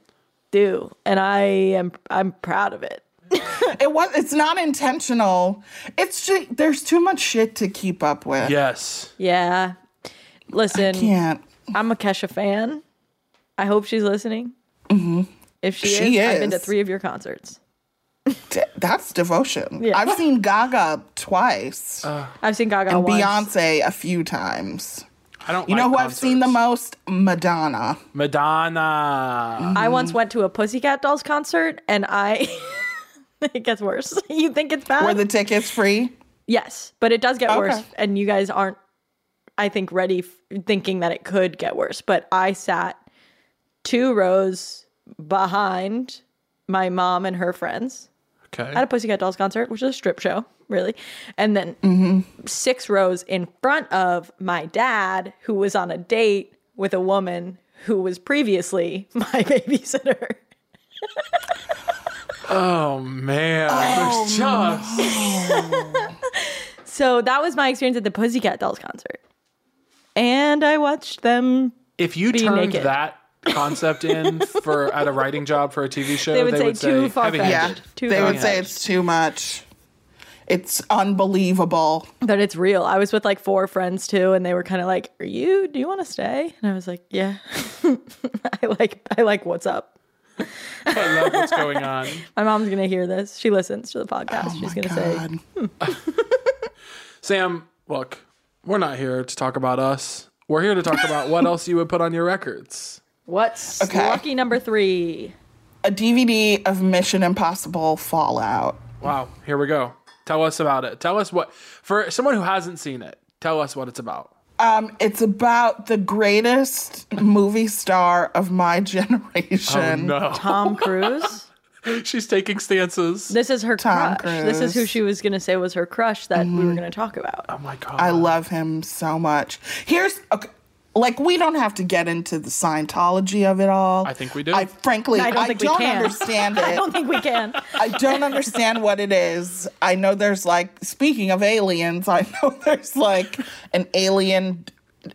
do, and I am. I'm proud of it. It was. It's not intentional. It's just there's too much shit to keep up with. Yes. Yeah. Listen, Can't. I'm a Kesha fan. I hope she's listening. If she, Mm-hmm. She is, I've been to is. three of your concerts. D- That's devotion. Yeah. I've seen Gaga twice I've seen Gaga and once. Beyonce a few times. I don't You like know who I've seen the concerts. most? Madonna. Madonna. Hmm. I once went to a Pussycat Dolls concert, and I. it gets worse. You think it's bad? Were the tickets free? Yes, but it does get worse, Okay. and you guys aren't, I think, ready f- thinking that it could get worse. But I sat two rows behind my mom and her friends at Okay. a Pussycat Dolls concert, which is a strip show, really, and then Mm-hmm. six rows in front of my dad, who was on a date with a woman who was previously my babysitter. Oh man. Oh, It was just So that was my experience at the Pussycat Dolls concert, and I watched them If you turned naked. that concept in for at a writing job for a TV show, They would say too "Heavy far-fetched." Yeah. handed." Too they would far-fetched. say it's too much. It's unbelievable. that it's real. I was with like four friends too, and they were kind of like, "Are you? Do you want to stay?" And I was like, "Yeah, I like, I like what's up." I love what's going on. My mom's gonna hear this. She listens to the podcast. She's Oh My gonna say, God. Sam, look, we're not here to talk about us. We're here to talk about what else you would put on your records. "What's Okay. lucky number three? a DVD of Mission Impossible Fallout. Wow, here we go. Tell us about it. Tell us what for someone who hasn't seen it. Tell us what it's about. Um, it's about the greatest movie star of my generation. Oh, No, Tom Cruise." She's taking stances. This is her Tom crush. This is who Cruise. Mm. she was going to say was her crush that we were going to talk about. oh my god. I love him so much. Here's okay, like we don't have to get into the Scientology of it all. I think we do. I frankly, I I don't don't, think we can. understand I don't it. think we can. I don't understand what it is. I know there's like speaking of aliens, I know there's like an alien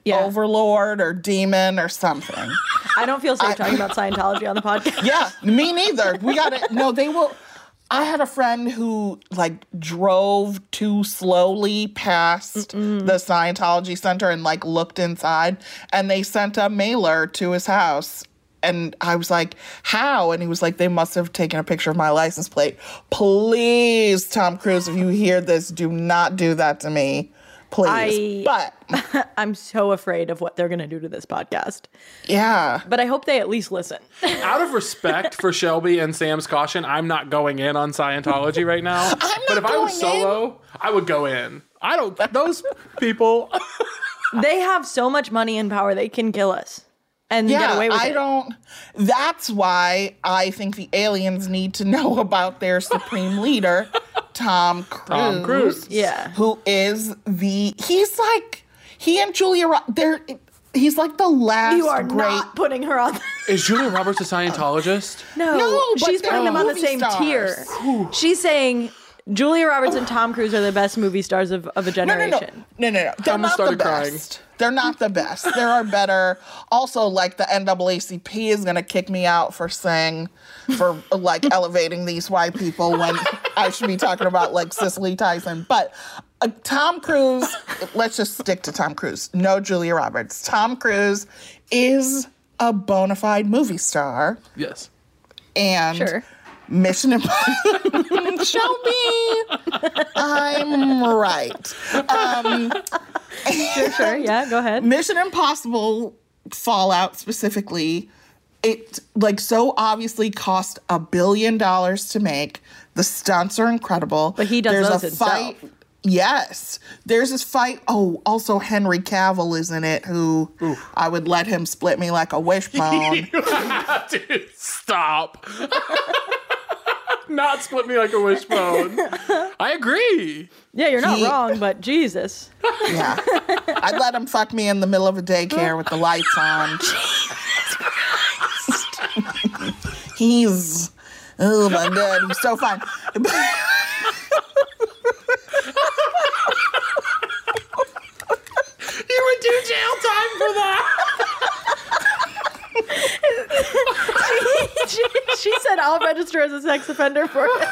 Yeah. overlord or demon or something. I don't feel safe talking about Scientology on the podcast. Yeah, me neither. We gotta no, they will I had a friend who like drove too slowly past the Scientology center and like looked inside and they sent a mailer to his house. And I was like, how? And he was like, they must have taken a picture of my license plate. Please, Tom Cruise, if you hear this, do not do that to me. Please. I- but I'm so afraid of what they're going to do to this podcast. yeah. But I hope they at least listen. Out of respect for Shelby and Sam's caution, I'm not going in on Scientology right now. but not if I was going in. solo, I would go in. I don't those people They have so much money and power, they can kill us and get away with I it. don't. That's why I think the aliens need to know about their supreme leader, Tom Cruise. Tom Cruise. Yeah. Who is the. He's like. He and Julia. Ro- They're. He's like the last you are great. not putting her on. Is Julia Roberts a Scientologist? No, No, but she's they're putting them on the movie same stars. tier. She's saying Julia Roberts and Tom Cruise are the best movie stars of, of a no, no, no, generation. no, no, no. They're Thomas not the started crying. best. They're not the best. There are better. Also, like the NAACP is gonna kick me out for saying, for like elevating these white people when I should be talking about like Cicely Tyson. But uh, Tom Cruise, let's just stick to Tom Cruise. No Julia Roberts. Tom Cruise is a bona fide movie star Yes. and Sure. Mission Impossible. Show me I'm right. Um, Sure, yeah, go ahead. Mission Impossible Fallout specifically, it like so obviously cost a billion dollars to make. The stunts are incredible. But he does those himself. Yes. There's this fight. Oh, also Henry Cavill is in it, who I would let him split me like a wishbone. Dude, stop. Not split me like a wishbone. I agree. Yeah, you're not He- wrong, but Jesus. yeah. I'd let him fuck me in the middle of a daycare with the lights on. He's oh my god, he's so fun. You would do jail time for that. she, she said, I'll register as a sex offender for it.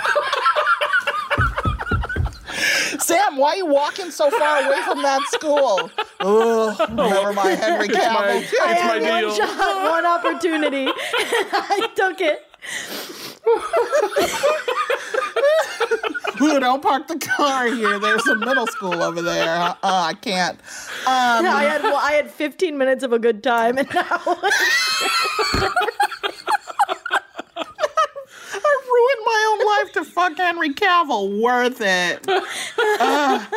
Sam, why are you walking so far away from that school? Oh, never mind, Henry My, Cavill. it's my I had one deal. shot, one opportunity. I took it. Ooh, don't park the car here. There's a middle school over there. Uh, I can't. Um, I had well, I had 15 minutes of a good time, and now I ruined my own life to fuck Henry Cavill. Worth it. Ugh.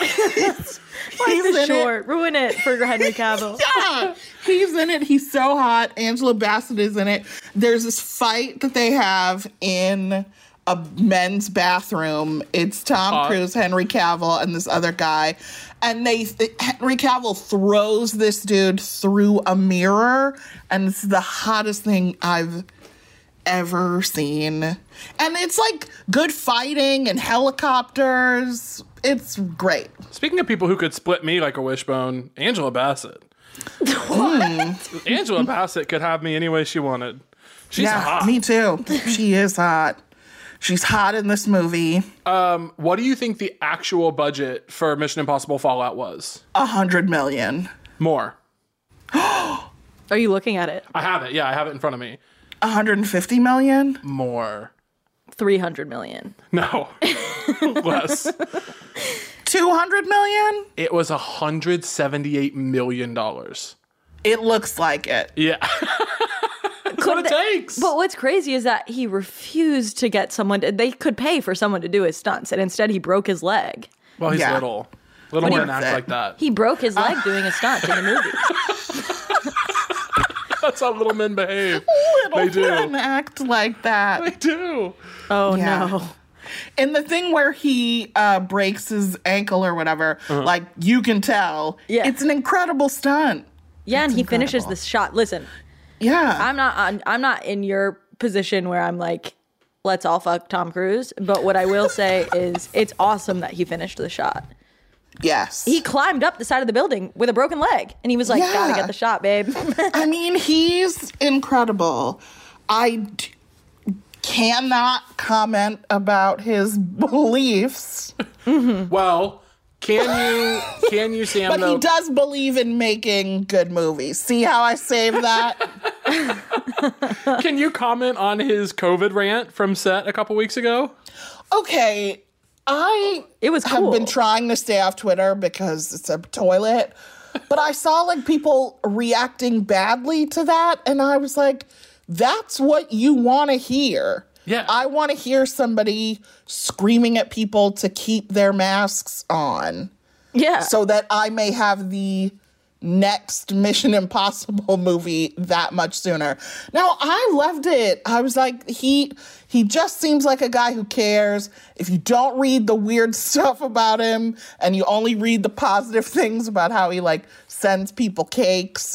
he's it's in it. short. Ruin it for Henry Cavill. Yeah, he's in it. He's so hot. Angela Bassett is in it. There's this fight that they have in a men's bathroom. It's Tom Cruise, Henry Cavill, and this other guy. And they Henry Cavill throws this dude through a mirror, and it's the hottest thing I've ever seen. And it's like good fighting and helicopters. It's great. Speaking of people who could split me like a wishbone, Angela Bassett. Hmm. Angela Bassett could have me any way she wanted. She's yeah, hot. me too. She is hot. She's hot in this movie. What do you think the actual budget for Mission Impossible Fallout was? A hundred million. More. Are you looking at it? I have it. Yeah, I have it in front of me. A hundred and fifty million. More. 300 million. No. Less. Two hundred million. It was $178 million. It looks like it. Yeah. That's what it takes. But what's crazy is that he refused to get someone. To, they could pay for someone to do his stunts, and instead he broke his leg. Well, he's Yeah. little. Little What men is act it? like that. He broke his leg doing a stunt in the movie. That's how little men behave. Little They do. men act like They that. do. Oh Yeah. no. And the thing where he uh, breaks his ankle or whatever, Uh-huh. like you can tell, Yeah. it's an incredible stunt. Yeah, and he finishes this shot. Listen, Yeah, I'm not on, I'm not in your position where I'm like, let's all fuck Tom Cruise. But what I will say is, it's awesome that he finished the shot. yes. He climbed up the side of the building with a broken leg, and he was like, "Gotta Yeah. get the shot, babe." I mean, he's incredible. I d- cannot comment about his beliefs, Well, can you can you Sam but though, he does believe in making good movies. See how I save that? can you comment on his COVID rant from set a couple weeks ago? okay, I It was have been cool. trying to stay off Twitter because it's a toilet, but I saw like people reacting badly to that, and I was like, "That's what you want to hear." Yeah. I want to hear somebody screaming at people to keep their masks on yeah. so that I may have the next Mission Impossible movie that much sooner. Now, I loved it. I was like he he just seems like a guy who cares. If you don't read the weird stuff about him and you only read the positive things about how he like sends people cakes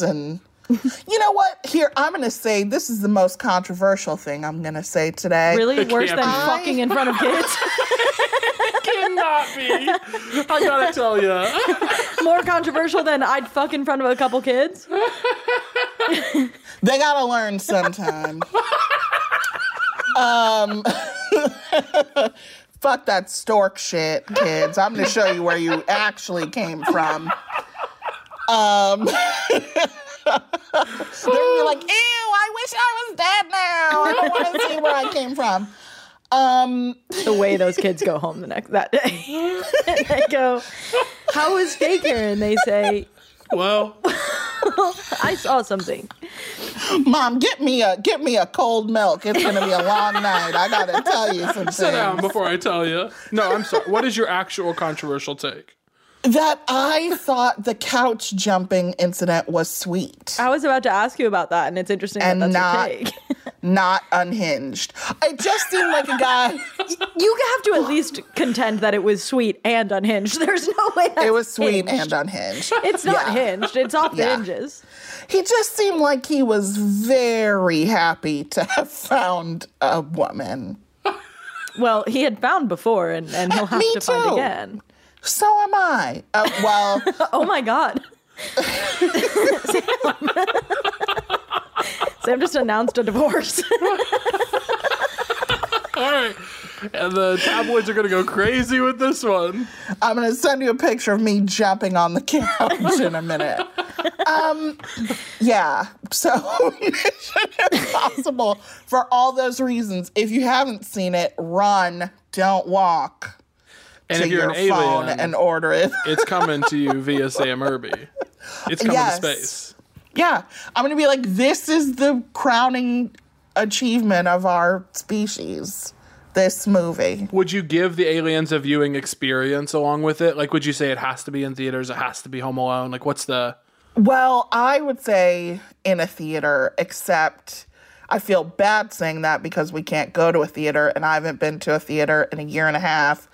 and you know what? Here, I'm going to say this is the most controversial thing I'm going to say today. really worse can't than be. fucking in front of kids. Cannot be. I gotta tell you. More controversial than I'd fuck in front of a couple kids. They gotta learn sometime. um, fuck that stork shit, kids. I'm gonna show you where you actually came from. Um, they're gonna be like, ew, I wish I was dead now. I don't wanna see where I came from. Um, The way those kids go home the next that day, And they go, "How was daycare?" And they say, Well, "I saw something." mom, get me a get me a cold milk. It's gonna be a long night. I gotta tell you some sit down things. before I tell you. No, I'm sorry. What is your actual controversial take? That I thought the couch jumping incident was sweet. I was about to ask you about that, and it's interesting And that that's not- your take. not unhinged. It just seemed like a guy. You have to at least contend that it was sweet and unhinged. There's no way that's It was sweet hinged. and unhinged. It's not hinged. It's off the Yeah. hinges. He just seemed like he was very happy to have found a woman. Well, he had found before, and, and he'll have Me to find too. again. So am I. Uh, well, Oh my god. Sam. Sam just announced a divorce. All right. And the tabloids are gonna go crazy with this one. I'm going to send you a picture of me jumping on the couch in a minute. Um, yeah. So Mission Impossible for all those reasons. If you haven't seen it, run, don't walk And to if you're your an alien, phone and order it. it's coming to you via Sam Irby. It's coming Yes. to space. Yeah. I'm going to be like, this is the crowning achievement of our species, this movie. Would you give the aliens a viewing experience along with it? Like, would you say it has to be in theaters? It has to be Home Alone? Like, what's the. Well, I would say in a theater, except I feel bad saying that because we can't go to a theater and I haven't been to a theater in a year and a half.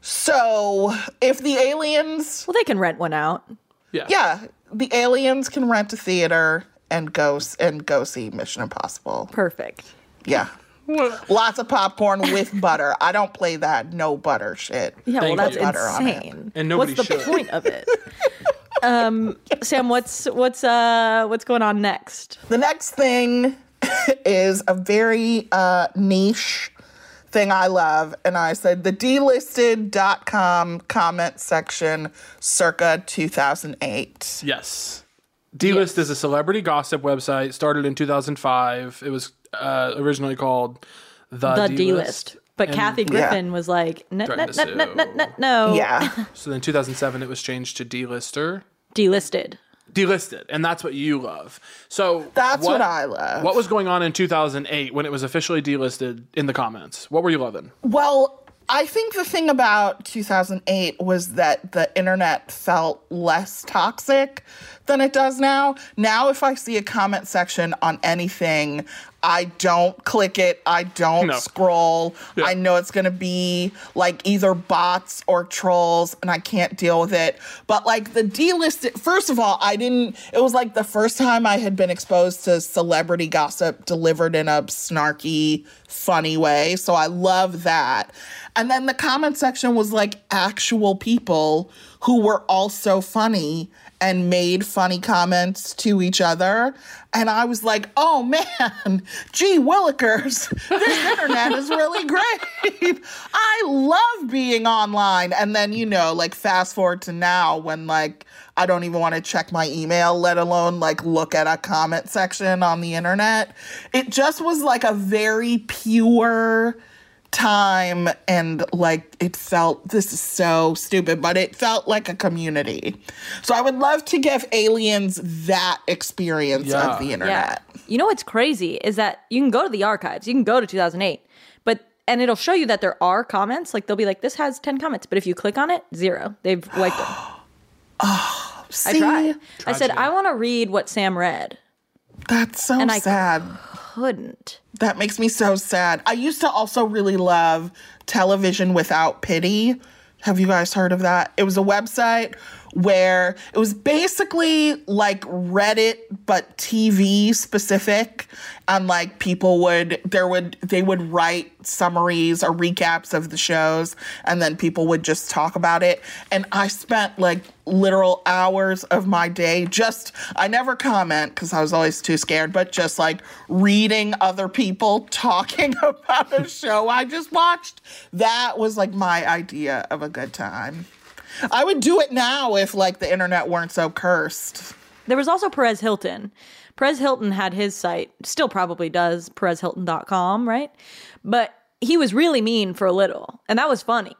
So if the aliens, well, they can rent one out. yeah, the aliens can rent a theater and go s- and go see Mission Impossible. Perfect. Yeah. Lots of popcorn with butter. I don't play that no butter shit. Yeah, Thank well, that's you. Butter on it. insane. And nobody what's the should. point of it? Um, Sam, what's what's uh what's going on next? The next thing is a very uh, niche thing I love. And I said the delisted.com comment section circa 2008. Yes. D List is a celebrity gossip website started in 2005. It was uh, originally called The, The D D List. list. But Kathy Griffin Yeah. was like, no, no, Trying to no, no, no, no, sue. no. Yeah. So then 2007, it was changed to D Lister. delisted. Delisted. And that's what you love. So That's what I love. What was going on in 2008 when it was officially delisted in the comments? What were you loving? Well, I think the thing about 2008 was that the internet felt less toxic than it does now. Now, if I see a comment section on anything, I don't click it, I don't No. scroll. Yeah. I know it's going to be like either bots or trolls, and I can't deal with it. But like the delisted, first of all, I didn't, it was like the first time I had been exposed to celebrity gossip delivered in a snarky, funny way. So I love that. And then the comment section was like actual people who were also funny and made funny comments to each other. And I was like, oh man, gee willikers, this internet is really great. I love being online. And then, you know, like fast forward to now when like I don't even want to check my email, let alone like look at a comment section on the internet. It just was like a very pure time and like it felt this is so stupid but it felt like a community so i would love to give aliens that experience Yeah. of the Yeah. internet You know what's crazy is that you can go to the archives, you can go to 2008, but and it'll show you that there are comments. Like they'll be like, this has 10 comments, but if you click on it, zero. They've wiped them. I see tried. I said, Tragedy. I want to read what Sam read. that's so And I- sad Couldn't. that makes me so sad i used to also really love television without pity have you guys heard of that it was a website where it was basically like reddit but tv specific and like people would there would they would write summaries or recaps of the shows and then people would just talk about it and i spent like literal hours of my day just i never comment because i was always too scared but just like reading other people talking about a show i just watched that was like my idea of a good time i would do it now if like the internet weren't so cursed There was also Perez Hilton. Perez Hilton had his site, still probably does, perezhilton.com, right? But he was really mean for a little, and that was funny.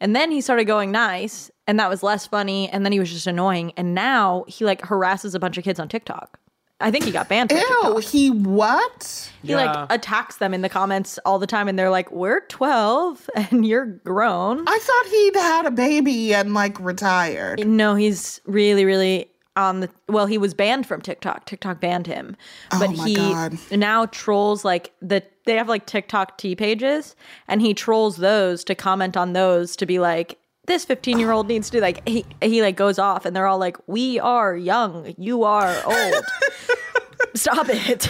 And then he started going nice, and that was less funny, and then he was just annoying. And now he like harasses a bunch of kids on TikTok. I think he got banned. From ew TikTok. he what He Yeah. like attacks them in the comments all the time, and they're like, "We're twelve, and you're grown." i thought he'd had a baby and like retired No, he's really, really on the. Well, he was banned from TikTok. TikTok banned him, but my he God. now trolls like the. They have like TikTok T pages, and he trolls those to comment on those to be like, "This fifteen-year-old needs to like." He he like goes off, and they're all like, "We are young. You are old." Stop it.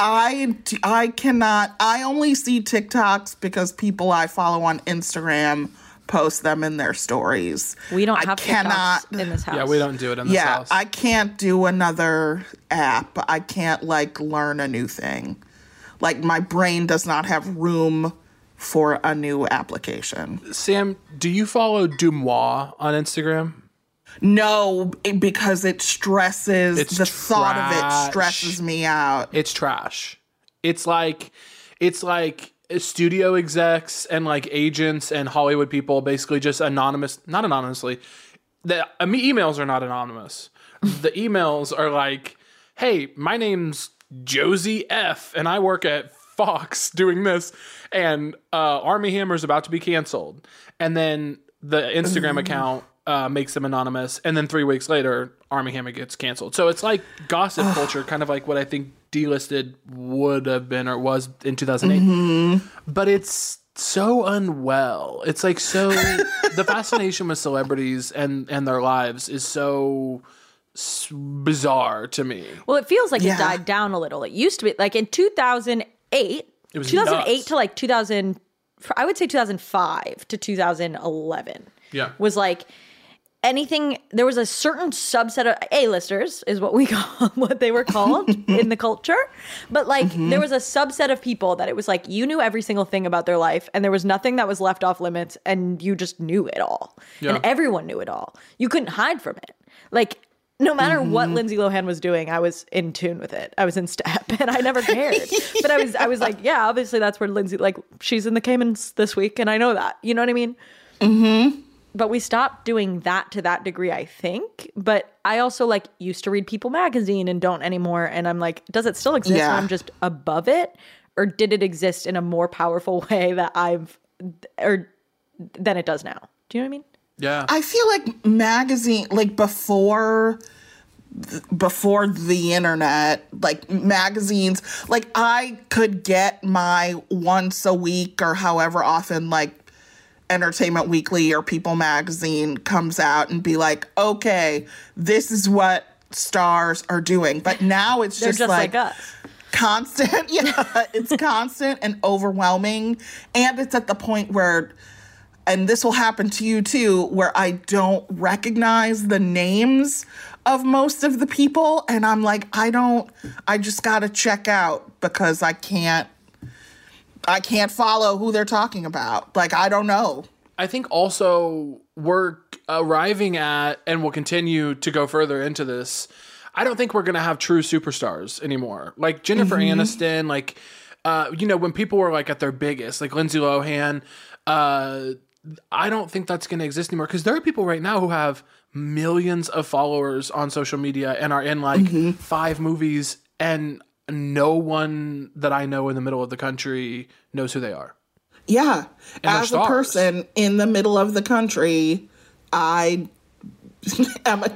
I, I cannot. I only see TikToks because people I follow on Instagram post them in their stories. we don't I have cannot. TikToks in this house. Yeah, we don't do it in this yeah, house. I can't do another app. I can't like learn a new thing. Like my brain does not have room for a new application. Sam, do you follow Dumois on Instagram? No, it- because it stresses It's the thought of trash. it stresses me out. It's trash. It's like it's like studio execs and like agents and Hollywood people basically just anonymous, not anonymously. The I mean, emails are not anonymous. the emails are like, "Hey, my name's Josie F and I work at Fox doing this and uh Army Hammer's about to be canceled." And then the Instagram account uh, makes them anonymous, and then three weeks later, Army Hammer gets canceled. So it's like gossip culture, kind of like what I think delisted would have been or was in 2008. But it's so unwell. It's like so the fascination with celebrities and and their lives is so s- bizarre to me. Well, it feels like Yeah. it died down a little. It used to be like in 2008, It was 2008 nuts. to like 2000, I would say 2005 to 2011 Yeah. was like anything. There was a certain subset of A-listers is what we call what they were called in the culture, but like Mm-hmm. there was a subset of people that it was like you knew every single thing about their life, and there was nothing that was left off limits, and you just knew it all, Yeah. and everyone knew it all. You couldn't hide from it, like. No matter what Mm-hmm. Lindsay Lohan was doing, I was in tune with it. I was in step, and I never cared. But I was, I was like, yeah, obviously that's where Lindsay, like, she's in the Caymans this week, and I know that. You know what I mean? but we stopped doing that to that degree i think but i also like used to read people magazine and don't anymore and i'm like does it still exist Yeah. and i'm just above it or did it exist in a more powerful way that i've or than it does now. Do you know what I mean? Yeah. I feel like magazine like before before the internet, like magazines, like I could get my once a week or however often like Entertainment Weekly or People magazine comes out and be like, "Okay, this is what stars are doing." But now it's They're just, just like, like us. constant. Yeah, it's constant and overwhelming. And it's at the point where, and this will happen to you too, where I don't recognize the names of most of the people. And I'm like, I don't, I just got to check out because I can't, I can't follow who they're talking about. Like, I don't know. I think also we're arriving at, and we'll continue to go further into this. I don't think we're going to have true superstars anymore. Like Jennifer Aniston, like, uh, you know, when people were like at their biggest, like Lindsay Lohan, uh, I don't think that's going to exist anymore because there are people right now who have millions of followers on social media and are in like five movies, and no one that I know in the middle of the country knows who they are. Yeah. they're As a stars. person in the middle of the country, I am a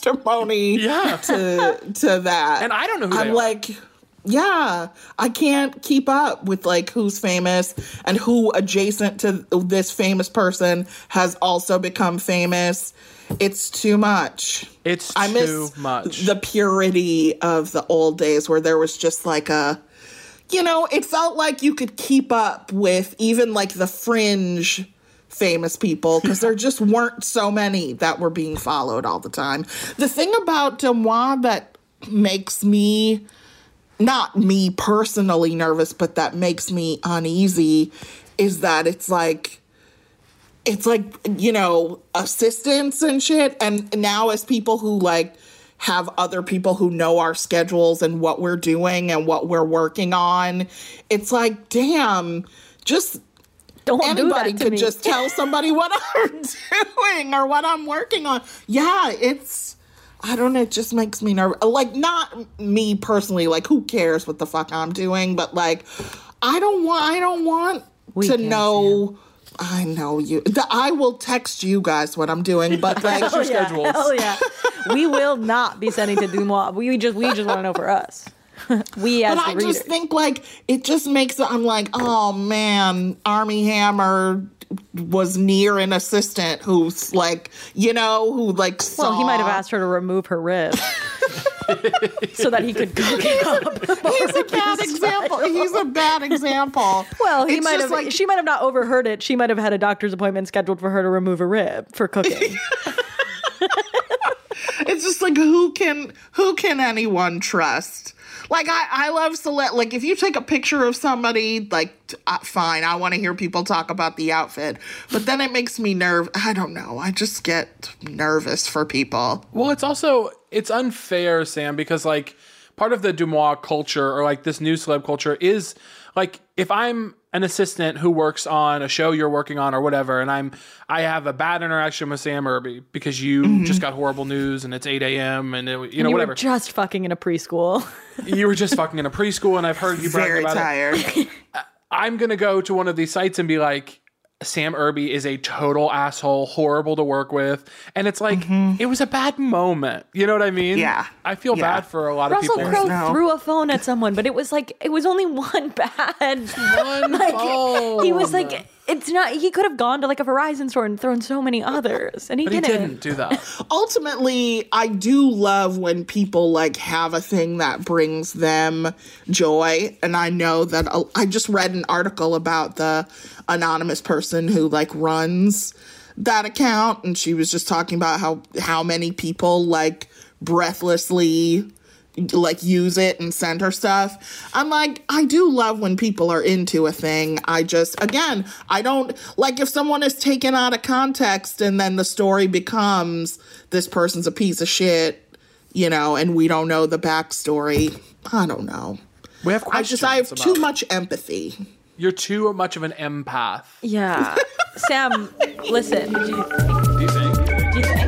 testimony Yeah. to to that. And I don't know who I'm they are. like, yeah, I can't keep up with like who's famous and who adjacent to this famous person has also become famous. It's too much. It's I miss too much. the purity of the old days where there was just like a you know, it felt like you could keep up with even like the fringe famous people because there just weren't so many that were being followed all the time. The thing about Demois that makes me not me personally nervous, but that makes me uneasy is that it's like it's like you know assistants and shit and now as people who like have other people who know our schedules and what we're doing and what we're working on it's like damn just Don't anybody do that to could me. just tell somebody what i'm doing or what i'm working on yeah it's i don't know it just makes me nervous like not me personally like who cares what the fuck i'm doing but like i don't want i don't want to can, know I know you. The, I will text you guys what I'm doing, but like, Hell yeah, schedules. Hell yeah. we will not be sending to Dumois. We just we just want to know for us. we as but the I readers. just think like it just makes it. I'm like, oh man, Army Hammer was near an assistant who's like, you know, who like saw. well, he might have asked her to remove her wrist. so that he could cook it up. He's a bad example. He's a bad example. Well, he It's might just have. Like, she might have not overheard it. She might have had a doctor's appointment scheduled for her to remove a rib for cooking. it's just like who can who can anyone trust like i i love select like if you take a picture of somebody like t- uh, fine i want to hear people talk about the outfit but then it makes me nerve i don't know i just get nervous for people Well, it's also it's unfair, Sam, because like part of the Dumois culture or like this new celeb culture is like if I'm an assistant who works on a show you're working on or whatever, and I'm I have a bad interaction with Sam Irby because you just got horrible news and it's eight a.m. and it, you know you whatever were just fucking in a preschool. you were just fucking in a preschool and I've heard you brag very about it. tired I'm gonna go to one of these sites and be like, Sam Irby is a total asshole, horrible to work with, and it's like it was a bad moment. You know what I mean? Yeah. I feel Yeah. bad for a lot of Russell people. Crowe No. threw a phone at someone, but it was like it was only one bad. One phone. He was like, it's not. He could have gone to like a Verizon store and thrown so many others, and he, but he didn't. didn't do that. ultimately i do love when people like have a thing that brings them joy and i know that uh, i just read an article about the anonymous person who like runs that account and she was just talking about how how many people like breathlessly like use it and send her stuff. I'm like, I do love when people are into a thing. I just again, I don't like if someone is taken out of context and then the story becomes this person's a piece of shit, you know, and we don't know the backstory. I don't know. We have I questions. just I have about too it. much empathy. You're too much of an empath. Yeah, Sam, listen. Do you- Do you think? do you- Do you think?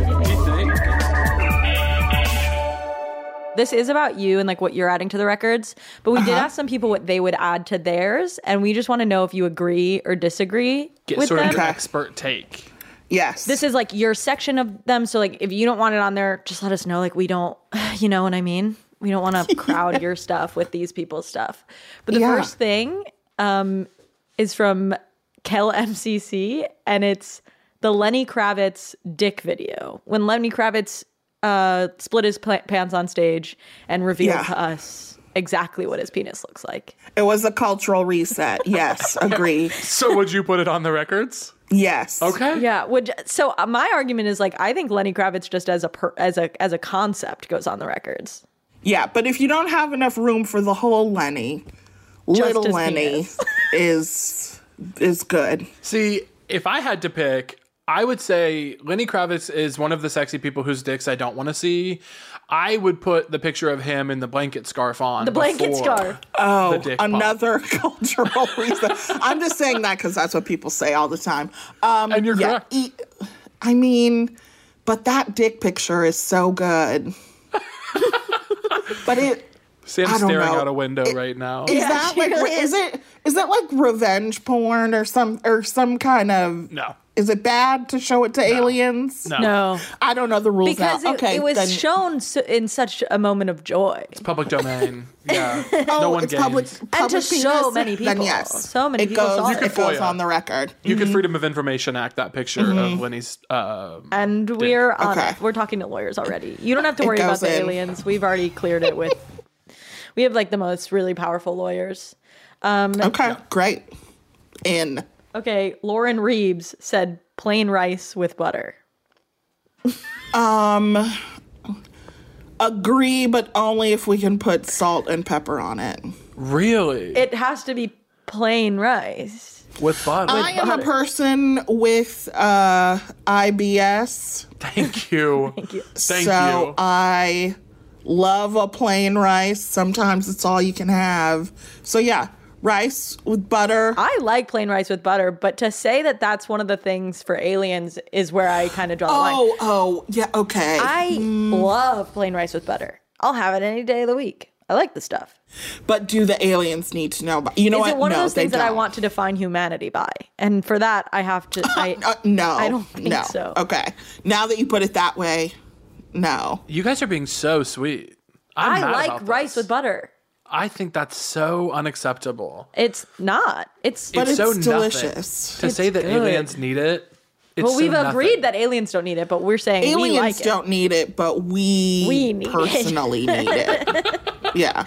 this is about you and like what you're adding to the records. But we Uh-huh. did ask some people what they would add to theirs, and we just want to know if you agree or disagree Get with sort them. of your expert take. Yes. This is like your section of them. So like if you don't want it on there, just let us know. Like we don't, you know what I mean? We don't want to crowd your stuff with these people's stuff. But the Yeah. first thing um, is from Kel MCC, and it's the Lenny Kravitz dick video. When Lenny Kravitz uh, split his pla- pants on stage and revealed Yeah. to us exactly what his penis looks like. it was a cultural reset. Yes, agree. So would you put it on the records? Yes. Okay. Yeah, would so uh, my argument is like I think Lenny Kravitz just as a per, as a as a concept goes on the records. Yeah, but if you don't have enough room for the whole Lenny, little his Lenny penis. is is good. See, if I had to pick, I would say Lenny Kravitz is one of the sexy people whose dicks I don't want to see. I would put the picture of him in the blanket scarf on. The blanket before scarf. Oh, the dick pop. Another cultural reset. I'm just saying that because that's what people say all the time. Um, And you're yeah, correct. e- I mean, but that dick picture is so good. but it I Sam's don't staring know. out a window right now. is that she like really is it is that like revenge porn or some or some kind of No. Is it bad to show it to aliens? No. No, I don't know the rules because now. it, okay, it was then- shown so, in such a moment of joy Public domain. Yeah. no Oh, one it's gains. public, And to public so penis? many Then people. yes, So many it people goes, saw it. You it could goes FOIA. on the record. You could Freedom of Information Act that picture Mm-hmm. of Lenny's. Um, and we're on Okay. it. we're talking to lawyers already. You don't have to It worry about goes the in. aliens. We've already cleared it with we have like the most really powerful lawyers. Okay, great. In Okay, Lauren Reeves said plain rice with butter. agree, but only if we can put salt and pepper on it. really? It has to be plain rice. with butter. I am a person with uh, IBS, Thank you. Thank you. Thank so you. I love a plain rice. Sometimes it's all you can have. So yeah, rice with butter. I like plain rice with butter, but to say that that's one of the things for aliens is where I kind of draw the line. oh, oh, yeah, okay. I love plain rice with butter. I'll have it any day of the week. I like the stuff. But do the aliens need to know? About, you know is what? it one no, of those they things that I don't. want to define humanity by? And for that, I have to. I, Uh, no, I don't think no. so. Okay, now that you put it that way, no. you guys are being so sweet. I'm I mad like about rice this. with butter. I think that's so unacceptable. It's not. It's. But it's, it's so nothing. delicious. To say that good. aliens need it. It's well, so we've nothing. agreed that aliens don't need it, but we're saying we Aliens like it. don't need it, but we, We need it. personally need it. Yeah,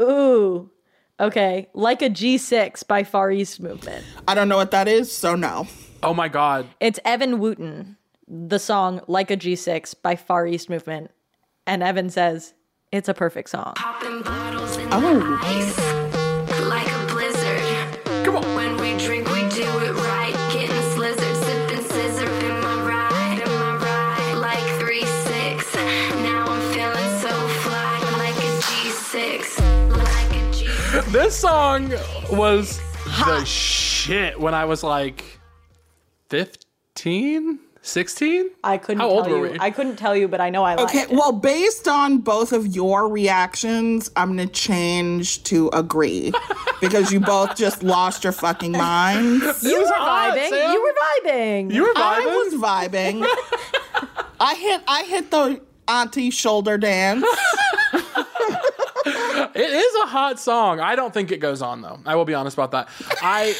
Ooh. Okay. Like a G6 by Far East Movement. I don't know what that is, so no. Oh my god. It's Evan Wooten, the song Like a G6 by Far East Movement. And Evan says, it's a perfect song. Popping bottles in Oh. the ice like a blizzard. Come on. When we drink, we do it right. Getting slizzard, sipping scissor in my ride, in my ride. Like three six. Now I'm feeling so fly, like a G6, like a G6. This song was the shit when I was like 15, 16? I couldn't How tell old you. were we? I couldn't tell you, but I know I like Okay, it. well, based on both of your reactions, I'm gonna change to agree because you both just lost your fucking minds. You were was hot, vibing. Sam. you were vibing. You were vibing. I was vibing. I hit I hit the auntie shoulder dance. It is a hot song. I don't think it goes on though. I will be honest about that. I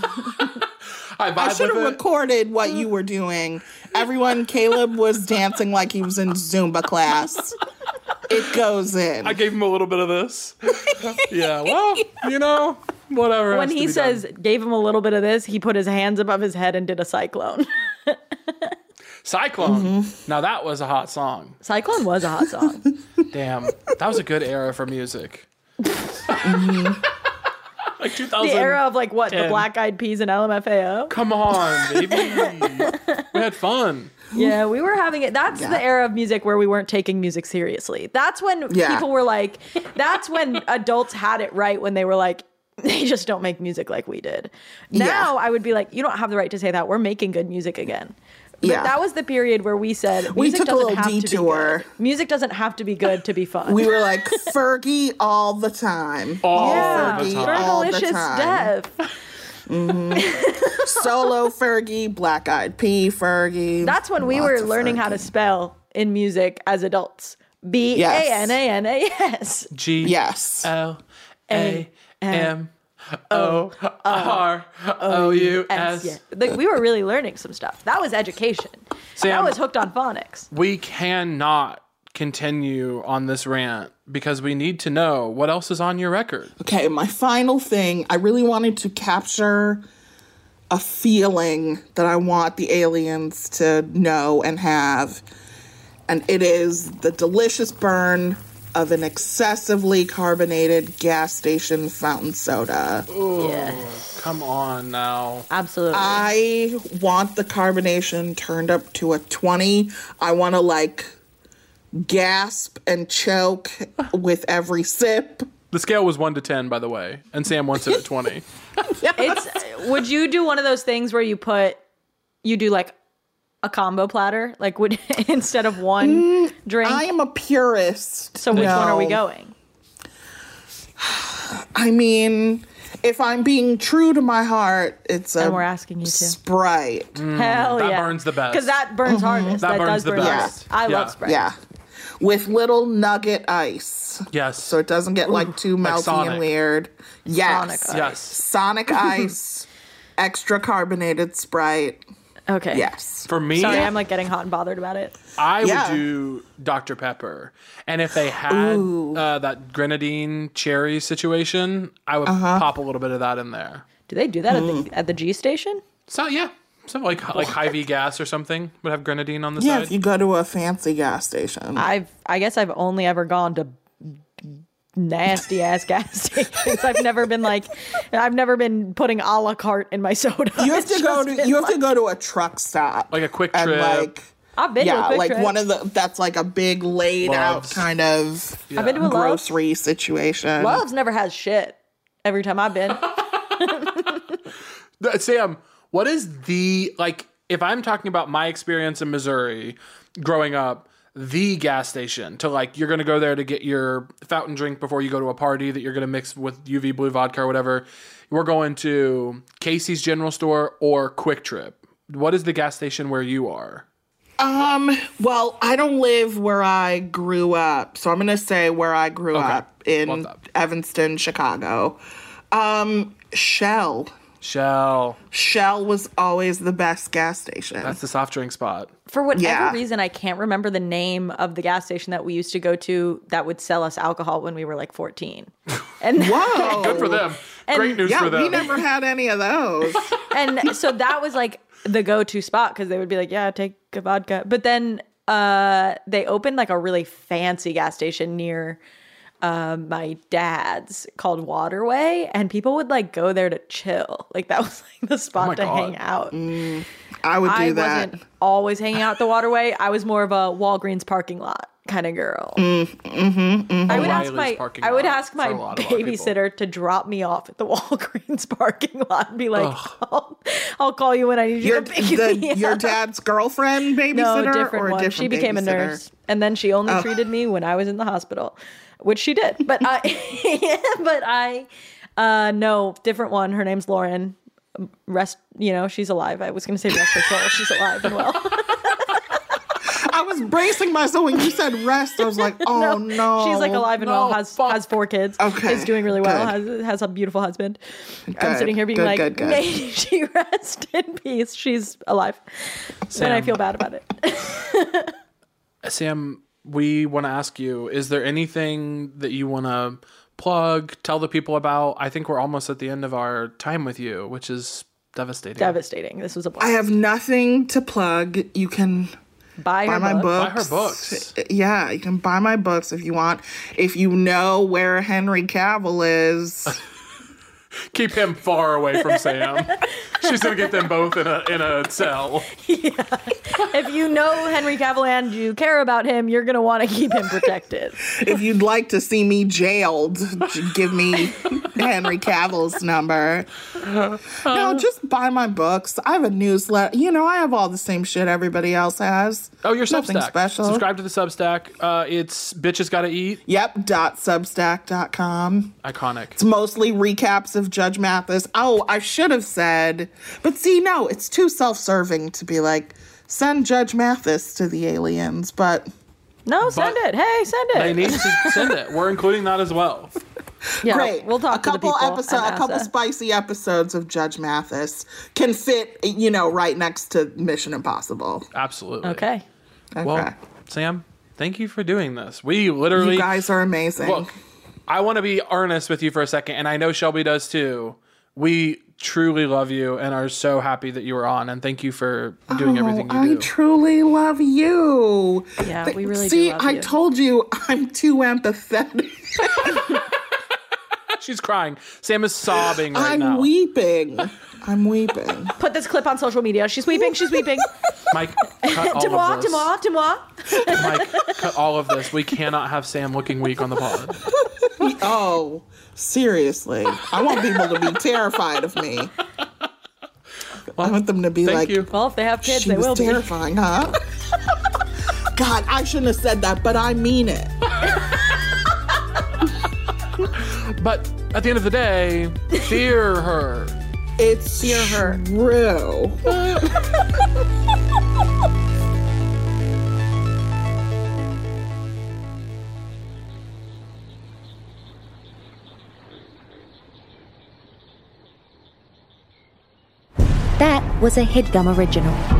I I vibe should have with it. recorded what you were doing. Everyone, Caleb was dancing like he was in Zumba class. It goes in. I gave him a little bit of this. yeah. Well, you know, whatever. when has to he be done. says gave him a little bit of this, he put his hands above his head and did a cyclone. Cyclone. mm-hmm. Now that was a hot song. cyclone was a hot song. Damn. That was a good era for music. like 2000. The era of like what the Ten. Black Eyed Peas and LMFAO. Come on, baby. we had fun. Yeah, we were having it. That's the era of music where we weren't taking music seriously. That's when Yeah. people were like, that's when adults had it right when they were like, they just don't make music like we did. Now I would be like, you don't have the right to say that. We're making good music again. yeah. That was the period where we said music We took a doesn't little have detour. To be good. Music doesn't have to be good to be fun. we were like Fergie all the time. All yeah, the time. all the Fergalicious time. death. Solo Fergie, Black Eyed Pea Fergie. That's when we Lots were of learning how to Fergie. spell in music as adults. B A N A N A S. G Yes. L A M O R O U S. Yeah. S. Like, we were really learning some stuff. That was education. Sam- that was hooked on phonics. We cannot continue on this rant because we need to know what else is on your record. Okay, my final thing. I really wanted to capture a feeling that I want the aliens to know and have. And it is the delicious burn of an excessively carbonated gas station fountain soda. Come on now. Absolutely. I want the carbonation turned up to a 20. I want to like gasp and choke with every sip. The scale was 1 to 10, by the way, and Sam wants it at 20. it's would you do one of those things where you put you do like a combo platter? Like would instead of one drink? Mm, I am a purist. so which one are we No. going? I mean, if I'm being true to my heart, it's a And we're asking you to. Mm. Sprite. Hell Mm, that yeah. burns the best. Because that burns hardest. That That, burns does the burn best. hardest. I Yeah. love Sprite. Mm-hmm. Yeah. With little nugget ice. Yes. So it doesn't get like too melty Sonic. and weird. Yes. Sonic Yes. Sonic ice, extra carbonated Sprite. Okay. Yes. For me, Sorry, I'm like getting hot and bothered about it. I Yeah. would do Dr. Pepper. And if they had uh, that grenadine cherry situation, I would Uh-huh. pop a little bit of that in there. Do they do that at, the, at the G station? So, yeah. So, like, like Hy-Vee gas or something would have grenadine on the yeah, if side. you go to a fancy gas station. I've I guess I've only ever gone to nasty ass gas stations. I've never been like I've never been putting a la carte in my soda. you have It's to go just to been you have to like- go to a truck stop. Like a quick and, trip. Like, I've been to a yeah, quick like trip. one of the that's like a big laid Loves. out kind of I've been to a Love's. grocery situation. Love's never has shit. Every time I've been, Th- Sam, what is the like if I'm talking about my experience in Missouri growing up, the gas station to like you're gonna go there to get your fountain drink before you go to a party that you're gonna mix with UV blue vodka or whatever. We're going to Casey's General Store or Quick Trip. What is the gas station where you are? Um, well, I don't live where I grew up, so I'm gonna say where I grew up Well in done. Evanston, Chicago. Um, Shell. Shell. Shell was always the best gas station. That's the soft drink spot. for whatever Yeah. reason, I can't remember the name of the gas station that we used to go to that would sell us alcohol when we were like 14. And Whoa. Good for them. Great news Oh, Yeah, for them. we never had any of those. and so that was like the go-to spot because they would be like, "Yeah, take a vodka." But then uh, they opened like a really fancy gas station near uh, my dad's called Waterway, and people would like go there to chill. Like that was like the spot Oh my to God. hang out. I would do I that. wasn't always hanging out at the Waterway. I was more of a Walgreens parking lot kind of girl. Mm, mm-hmm, I would ask O'Reilly's my parking I would lot ask my for a lot of our people. babysitter to drop me off at the Walgreens parking lot and be like, I'll, I'll call you when I need you Your to pick me the, up. your dad's girlfriend babysitter no or different a one. different she became a babysitter? Oh. nurse, and then she only treated me when I was in the hospital, which she did. But I, but I, uh, no different one. Her name's Lauren. Rest, you know, she's alive. I was gonna say rest her soul. She's alive and well. I was bracing myself when you said rest. I was like, oh no. She's like alive and well, No, has fuck. has four kids, Okay, is doing really well, good. has has a beautiful husband. I'm Good, sitting here being good, like, good, good. may she rest in peace. She's alive, and I Sam. feel bad about it. Sam, we want to ask you is there anything that you want to plug, tell the people about? I think we're almost at the end of our time with you, which is devastating. Devastating. This was a I blast. have nothing to plug. You can Buy, buy her my book. Buy her books. books. Yeah, you can buy my books if you want. If you know where Henry Cavill is, Keep him far away from Sam. She's gonna get them both in a in a cell. if you know Henry Cavill and you care about him, you're gonna want to keep him protected. if you'd like to see me jailed, j- give me Henry Cavill's number. Uh-huh. No, just buy my books. I have a newsletter. You know, I have all the same shit everybody else has. Oh, your Nothing Substack. special. Subscribe to the Substack. Uh, it's bitches gotta eat. Yep, dot substack.com. Iconic. It's mostly recaps of Judge Mathis. Oh, I should have said, but see, no, it's too self serving to be like, send Judge Mathis to the aliens, but No, send But- it. Hey, send it. They need to send it. We're including that as well. Yeah, great. We'll talk a to the couple people and episodes, a ask couple that. spicy episodes of Judge Mathis can fit, you know, right next to Mission Impossible. Absolutely. Okay. Okay. Well, Sam, thank you for doing this. We literally you guys are amazing. Look, I want to be earnest with you for a second, and I know Shelby does too. We truly love you and are so happy that you were on, and thank you for doing everything you I do. truly love you. Yeah, Th- we really do see. love I you. told you I'm too empathetic. She's crying. Sam is sobbing right I'm now. weeping. I'm weeping. Put this clip on social media. She's weeping. She's weeping. Mike, cut all Demois, of this. Demois, Demois. Mike, cut all of this. We cannot have Sam looking weak on the pod. Oh, seriously. I want people to be terrified of me. I want them to be Thank like, you. Well, if they have kids, she they was will be. terrifying, huh? God, I shouldn't have said that, but I mean it. But at the end of the day, fear her. It's her. true. That was a headgum original.